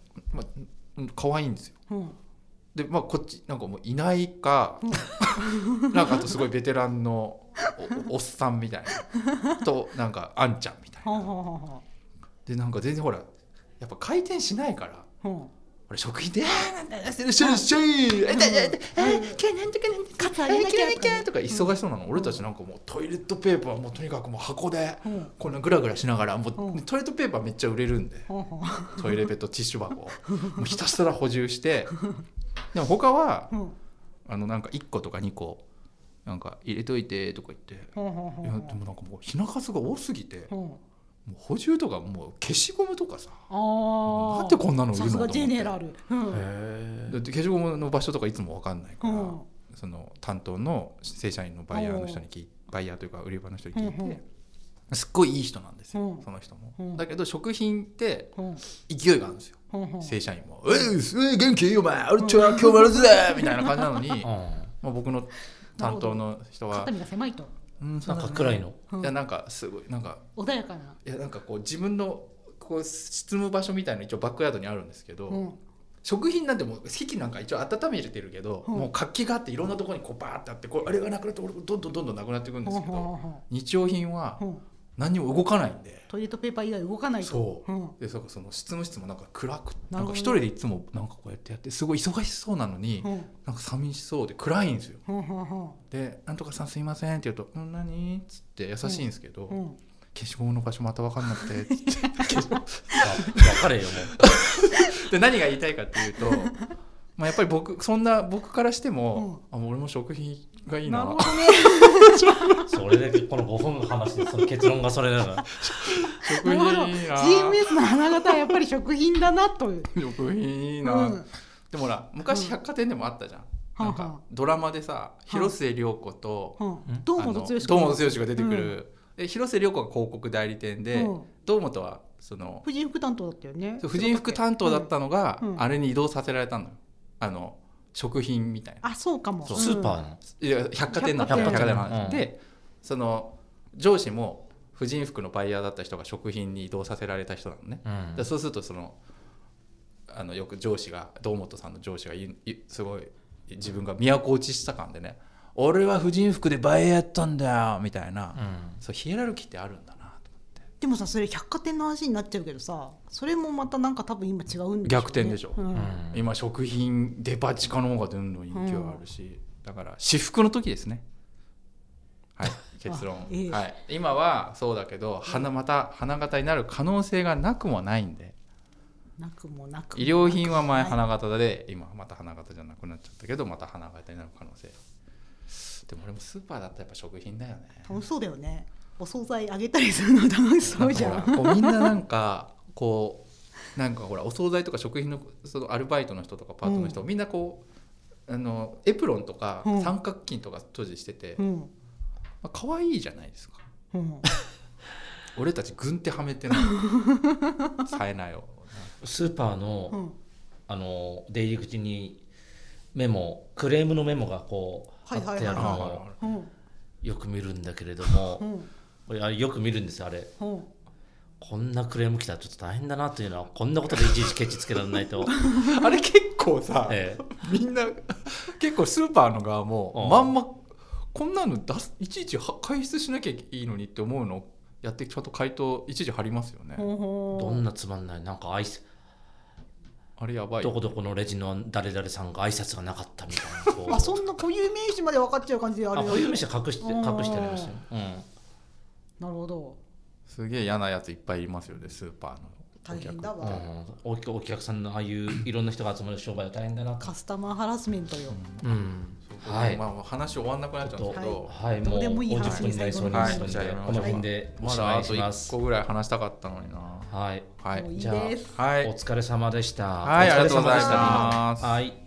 Speaker 2: あうん可愛いんですよ
Speaker 3: うん
Speaker 2: でまあこっちなんかもういないか、 なんかあとすごいベテランのおおおっさんみたいなとなんかあんちゃんみたい
Speaker 3: はんはん
Speaker 2: な
Speaker 3: はんはん
Speaker 2: でなんか全然ほらやっぱ回転しないから
Speaker 3: うん
Speaker 2: 俺食品で「あーなんだシュッシュッあ痛い痛い痛いあー今日なんとかなんとか
Speaker 3: カツあ
Speaker 2: あ
Speaker 3: げ
Speaker 2: ー
Speaker 3: な
Speaker 2: 切
Speaker 3: きゃ
Speaker 2: らなきゃ」とか忙しそうなの俺たちなんかもうトイレットペーパーもうとにかくもう箱で
Speaker 3: うん
Speaker 2: こんなグラグラしながらも
Speaker 3: う
Speaker 2: うトイレットペーパーめっちゃ売れるんで
Speaker 3: はんは
Speaker 2: トイレペットティッシュ 箱をもうひたすら補充してでも他は
Speaker 3: んうん
Speaker 2: あのなんか1個とか2個なんか入れといてとか言って
Speaker 3: はんはんはいん
Speaker 2: や
Speaker 3: はん
Speaker 2: でもなんかもう品数が多すぎても
Speaker 3: うん
Speaker 2: う補充とかもう消しゴムとかさ
Speaker 3: ああ
Speaker 2: なんでこんなの売るの
Speaker 3: さす
Speaker 2: と
Speaker 3: が
Speaker 2: 思っ
Speaker 3: ジ
Speaker 2: て
Speaker 3: ェネラルうんうん
Speaker 2: だって消しゴムの場所とかいつも分かんないから、
Speaker 3: うん
Speaker 2: その担当の正社員のバイヤーの人に聞いバイヤーというか売り場の人に聞いて、
Speaker 3: うんうん
Speaker 2: すっごいいい人なんですよ、
Speaker 3: うん
Speaker 2: その人も、
Speaker 3: うん
Speaker 2: だけど食品って
Speaker 3: ほん
Speaker 2: 勢いがあるんですよ、
Speaker 3: ほんほん
Speaker 2: 正社員も「うっすうっ元気お前あれちょ今日もやるぜ!」みたいな感じなのに、まあ、僕の担当の人は
Speaker 3: 肩身が狭いと
Speaker 2: うん
Speaker 1: なんか暗いの
Speaker 3: うん
Speaker 2: いやなんかすごいなんか
Speaker 3: 穏やかない
Speaker 2: やなんかこう自分のこう執務場所みたいなの一応バックヤードにあるんですけど、
Speaker 3: うん
Speaker 2: 食品なんてもう席なんか一応温めてるけど、
Speaker 3: うん
Speaker 2: もう活気があっていろんなところにこうバーってあってこれあれがなくなって俺どんどんどんどんなくなっていくんで
Speaker 3: ほ
Speaker 2: す
Speaker 3: ん
Speaker 2: け
Speaker 3: ほ
Speaker 2: ど、
Speaker 3: んほん
Speaker 2: 日用品は
Speaker 3: ほん
Speaker 2: 何にも動かないんで、
Speaker 3: トイレットペーパー以外動かないと
Speaker 2: そう、
Speaker 3: ん
Speaker 2: でそうかその執務室もなんか暗く
Speaker 3: な
Speaker 2: な
Speaker 3: る
Speaker 2: ん
Speaker 3: ほど
Speaker 2: か一人でいつもなんかこうやってやってすごい忙しそうなのに、
Speaker 3: ほん
Speaker 2: なんか寂しそうで暗いんですよ
Speaker 3: ほんほんほん
Speaker 2: で「なんとかさんすいません」って言うと「うん何?」っつって優しいんですけど、
Speaker 3: ほん
Speaker 2: 消しゴムの場所また分かんなくてつって
Speaker 1: 分かれよもう
Speaker 2: で何が言いたいかっていう とまあやっぱり僕そんな僕からしても、あもう俺も食費がいい
Speaker 3: な
Speaker 2: な
Speaker 3: るほど ね
Speaker 1: それだけこの5分の話でその結論がそれなら
Speaker 2: 食
Speaker 3: なるほど
Speaker 2: 費いいな
Speaker 3: GMS の花形はやっぱり食品だなという
Speaker 2: 食費いいな、
Speaker 3: うん
Speaker 2: でもほら昔百貨店でもあったじゃん、
Speaker 3: うん
Speaker 2: なん
Speaker 3: はんはん
Speaker 2: かドラマでさ広末涼子と
Speaker 3: うん
Speaker 1: ん
Speaker 3: 堂
Speaker 2: あの
Speaker 3: 本剛君
Speaker 2: 堂本剛が出てくる、で広末涼子が広告代理店で、
Speaker 3: うん
Speaker 2: 堂本はその
Speaker 3: 婦人服担当だったよね
Speaker 2: 婦人服担当だったのが、
Speaker 3: うんうん
Speaker 2: あれに移動させられたのよあの食品みたいな
Speaker 3: あそうかも
Speaker 1: スー
Speaker 3: ー
Speaker 1: パ
Speaker 2: いや百貨店の
Speaker 1: 百
Speaker 2: 百
Speaker 1: 貨
Speaker 2: 貨
Speaker 1: 店
Speaker 2: 店の話、
Speaker 1: うん
Speaker 2: でその上司も婦人服のバイヤーだった人が食品に移動させられた人なのね、
Speaker 1: ーなの、うん
Speaker 2: でそうするとそのあのよく上司が堂本さんの上司が言う言うすごい自分が都落ちした感でね「俺は婦人服でバイヤーやったんだよ」みたいな、
Speaker 1: うん
Speaker 2: そうヒエラルキーってあるんだなと
Speaker 3: でもさそれ百貨店の話になっちゃうけどさそれもまたなんか多分今違うんでしょうね
Speaker 2: 逆転でしょ
Speaker 3: うん
Speaker 1: うん
Speaker 2: 今食品デパ地下の方がどんどん影響あるし、だから私服の時ですね はい結論、
Speaker 3: ええ
Speaker 2: はい、今はそうだけど花また花形になる可能性がなくもないんで
Speaker 3: なくもなくも
Speaker 2: 医療品は前花形で今また花形じゃなくなっちゃったけどまた花形になる可能性でも俺もスーパーだったらやっぱ食品だよね
Speaker 3: 楽しそうだよねお惣菜あげたりするの楽しそうじゃ
Speaker 2: なん
Speaker 3: ん
Speaker 2: かほらこうみんななんかこうなんかほらお惣菜とか食品のそのアルバイトの人とかパートの人、みんなこうあのエプロンとか
Speaker 3: うん
Speaker 2: 三角巾とか閉じしてて、
Speaker 3: う
Speaker 2: ま
Speaker 3: ん
Speaker 2: あ可愛いじゃないですか
Speaker 3: うん
Speaker 2: 俺たち軍手はめ てない冴えないを
Speaker 1: スーパーの、
Speaker 3: うん
Speaker 1: あの出入り口にメモクレームのメモがこう貼
Speaker 3: はい
Speaker 1: って
Speaker 3: はい
Speaker 1: あ
Speaker 3: はいはい
Speaker 1: るのを
Speaker 3: うん
Speaker 1: よく見るんだけれども
Speaker 3: う、ん
Speaker 1: これあれよく見るんですよあれ
Speaker 3: うん
Speaker 1: こんなクレーム来たらちょっと大変だなというのはこんなことでいちいちケチつけられない と、
Speaker 2: あれ結構さ、
Speaker 1: え
Speaker 2: みんな結構スーパーの側も
Speaker 1: うん
Speaker 2: まんまこんなの出すいちいちは開出しなきゃいいのにって思うのやってちゃんと回答一時貼りますよね、
Speaker 1: えどんなつまんないなんか挨拶
Speaker 2: あれやばい
Speaker 1: どこどこのレジの誰々さんが挨拶がなかったみたいなこう
Speaker 3: あそんな固有名詞まで分かっちゃう感じであ
Speaker 1: あ
Speaker 3: れ
Speaker 1: こういう飯は隠して
Speaker 3: うん
Speaker 1: 隠してありましたよ、うん
Speaker 3: なるほど
Speaker 2: すげえ嫌なやついっぱいいますよねスーパーの
Speaker 3: 大変だ
Speaker 1: う
Speaker 3: わ
Speaker 1: ん、お客お客さんのああいういろんな人が集まる商売は大変だなと
Speaker 3: カスタマーハラスメントよ
Speaker 1: うん
Speaker 2: は、
Speaker 1: はいい
Speaker 2: まあ、話終わんなくなっちゃうんですけど、
Speaker 1: はい、
Speaker 3: ど
Speaker 1: も
Speaker 3: う
Speaker 1: う
Speaker 3: でもいい話
Speaker 1: 50分になりそうになりますの
Speaker 2: はい
Speaker 1: で、この辺でお
Speaker 2: ま
Speaker 1: し
Speaker 2: だ
Speaker 1: ま
Speaker 2: あ
Speaker 1: い
Speaker 2: と
Speaker 1: します
Speaker 2: 1。個ぐらい話したかったのにな
Speaker 1: はい、
Speaker 2: は
Speaker 3: もう
Speaker 2: い
Speaker 3: いい
Speaker 1: じゃあ
Speaker 3: です
Speaker 2: はい
Speaker 1: お疲れ様でした。
Speaker 2: はいありがとうござい
Speaker 1: お疲れ様でした
Speaker 2: ます
Speaker 1: はい。